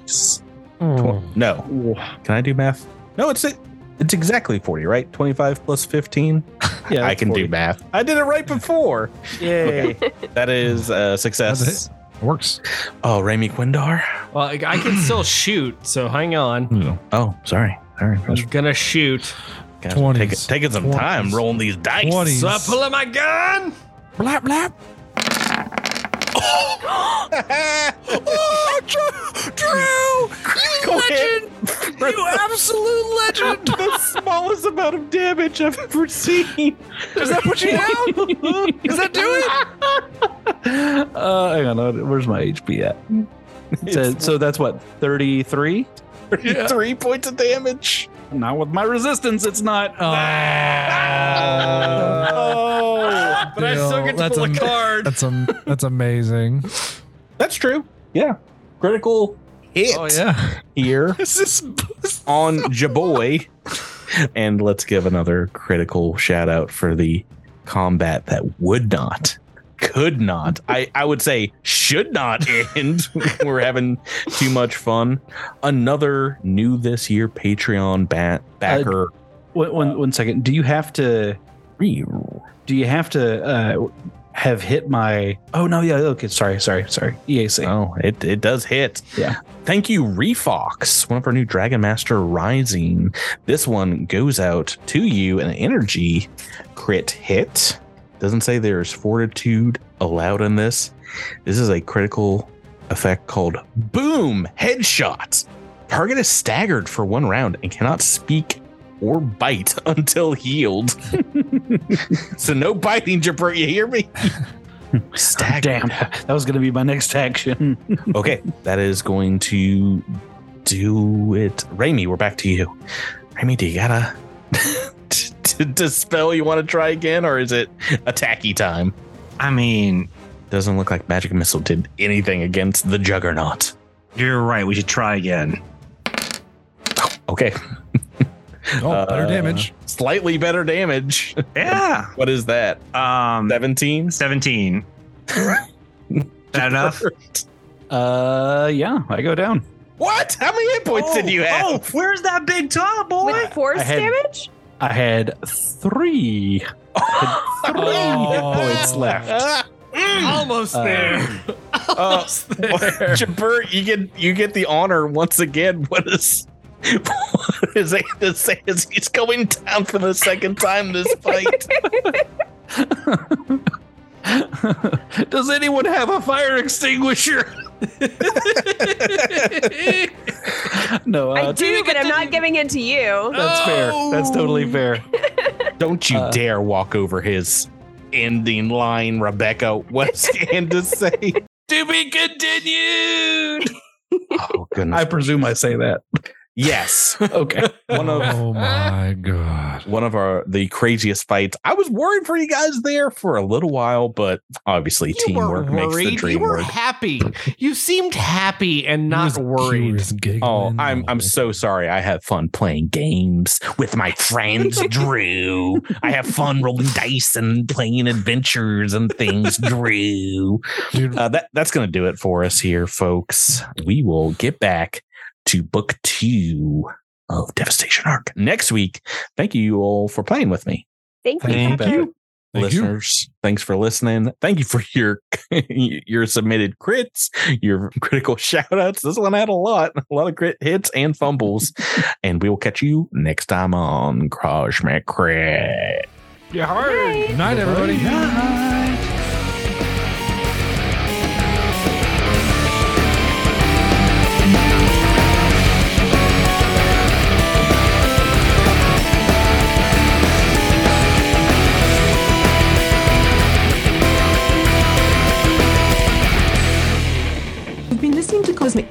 [SPEAKER 4] Hmm.
[SPEAKER 2] No. Can I do math? No, it's it. It's exactly 40, right? 25 plus 15.
[SPEAKER 6] Yeah,
[SPEAKER 2] I can do math. I did it right before.
[SPEAKER 6] Yay!
[SPEAKER 2] That is a
[SPEAKER 4] That's
[SPEAKER 2] success.
[SPEAKER 4] Works.
[SPEAKER 2] Oh, Raimi Quindar.
[SPEAKER 8] Well, I I can still shoot, so hang on.
[SPEAKER 4] No.
[SPEAKER 2] Oh, sorry. Sorry.
[SPEAKER 8] I'm gonna shoot.
[SPEAKER 2] Guys,
[SPEAKER 4] 20s,
[SPEAKER 2] taking, taking some time
[SPEAKER 4] 20s,
[SPEAKER 2] rolling these dice.
[SPEAKER 4] 20s.
[SPEAKER 8] So I pull out my gun.
[SPEAKER 4] Blap, blap. Oh, Drew! Drew!
[SPEAKER 2] Go ahead.
[SPEAKER 4] You absolute legend!
[SPEAKER 2] the smallest amount of damage I've ever seen.
[SPEAKER 4] Does that put you down?
[SPEAKER 8] Does that do it?
[SPEAKER 6] uh, hang on, uh, where's my HP at? So, so that's what thirty three.
[SPEAKER 2] Three points of damage.
[SPEAKER 6] Not with my resistance, it's not.
[SPEAKER 4] Uh,
[SPEAKER 2] Oh,
[SPEAKER 8] But I still
[SPEAKER 4] Yo,
[SPEAKER 8] get to
[SPEAKER 4] that's
[SPEAKER 8] pull a
[SPEAKER 4] am-
[SPEAKER 8] card.
[SPEAKER 4] That's um, that's amazing.
[SPEAKER 2] that's true. Yeah, critical hit
[SPEAKER 4] Oh, yeah,
[SPEAKER 2] here
[SPEAKER 4] this is
[SPEAKER 2] on Jaboy. and let's give another critical shout out for the combat that would not, could not, I, I would say should not end. We're having too much fun. Another new this year Patreon ba- backer.
[SPEAKER 6] One, one, one second. Do you have to? Do you have to uh, have hit my? Oh no, yeah. Okay, sorry, sorry, sorry. EAC.
[SPEAKER 2] Oh, it, it does hit.
[SPEAKER 6] Yeah.
[SPEAKER 2] Thank you, Refox, one of our new Dragon Master Rising. This one goes out to you an energy crit hit. Doesn't say there's fortitude allowed in this. This is a critical effect called Boom Headshot. Target is staggered for one round and cannot speak or bite until healed. so no biting, Jabert. You hear me? Staggered.
[SPEAKER 6] Damn, that was gonna be my next action.
[SPEAKER 2] Okay, that is going to do it. Raimi, we're back to you. Raimi, do you gotta to dispel? You want to try again, or is it attacky time?
[SPEAKER 7] I mean,
[SPEAKER 15] Doesn't look like Magic Missile did anything against the Juggernaut.
[SPEAKER 7] you're right. We should try again.
[SPEAKER 15] Okay.
[SPEAKER 4] Oh, better
[SPEAKER 2] Uh,
[SPEAKER 4] damage.
[SPEAKER 2] Slightly better damage.
[SPEAKER 7] Yeah.
[SPEAKER 2] what is that?
[SPEAKER 7] Um,
[SPEAKER 2] 17?
[SPEAKER 7] 17. that enough?
[SPEAKER 6] Uh, yeah, I go down.
[SPEAKER 2] What? How many hit points did you have?
[SPEAKER 7] Oh, where's that big tall boy?
[SPEAKER 5] With force
[SPEAKER 6] I had-
[SPEAKER 5] damage?
[SPEAKER 6] I had three, I had three
[SPEAKER 5] Oh.
[SPEAKER 7] oh.
[SPEAKER 6] hit points left.
[SPEAKER 8] Almost there.
[SPEAKER 2] Uh,
[SPEAKER 8] Almost there.
[SPEAKER 2] Jabert, you get you get the honor once again. What is what is Aiden to say as he's going down for the second time in this fight?
[SPEAKER 6] Does anyone have a fire extinguisher? no, uh,
[SPEAKER 5] I do, but I'm not giving it to you.
[SPEAKER 6] That's fair. That's totally fair.
[SPEAKER 2] Don't you
[SPEAKER 6] Uh,
[SPEAKER 2] dare walk over his ending line, Rebecca. What's Aiden to say?
[SPEAKER 8] to be continued.
[SPEAKER 2] Oh goodness.
[SPEAKER 6] I presume I say that.
[SPEAKER 2] yes.
[SPEAKER 6] Okay.
[SPEAKER 2] Uh, One of
[SPEAKER 4] oh my god.
[SPEAKER 2] one of our the craziest fights. I was worried for you guys there for a little while, but obviously
[SPEAKER 8] You were
[SPEAKER 2] teamwork makes the
[SPEAKER 8] worried. You
[SPEAKER 2] dream
[SPEAKER 8] were
[SPEAKER 2] work.
[SPEAKER 8] happy. You seemed happy and
[SPEAKER 4] He
[SPEAKER 8] not
[SPEAKER 4] was- he
[SPEAKER 8] worried.
[SPEAKER 4] was giggling.
[SPEAKER 2] Oh, I'm I'm so sorry. I have fun playing games with my friends, Drew. I have fun rolling dice and playing adventures and things, Drew.
[SPEAKER 4] Dude,
[SPEAKER 2] Uh, that that's gonna do it for us here, folks. We will get back to book two of Devastation Arc next week. Thank you all for playing with me.
[SPEAKER 5] Thank you.
[SPEAKER 2] Thank
[SPEAKER 5] Pepper.
[SPEAKER 2] you.
[SPEAKER 4] Thank you.
[SPEAKER 2] listeners thanks for listening thank you for your your submitted crits your critical shout outs this one had a lot a lot of crit hits and fumbles and we will catch you next time on crash mccrit
[SPEAKER 6] You're hard.
[SPEAKER 4] good night, everybody.
[SPEAKER 16] You've been listening to Cosmic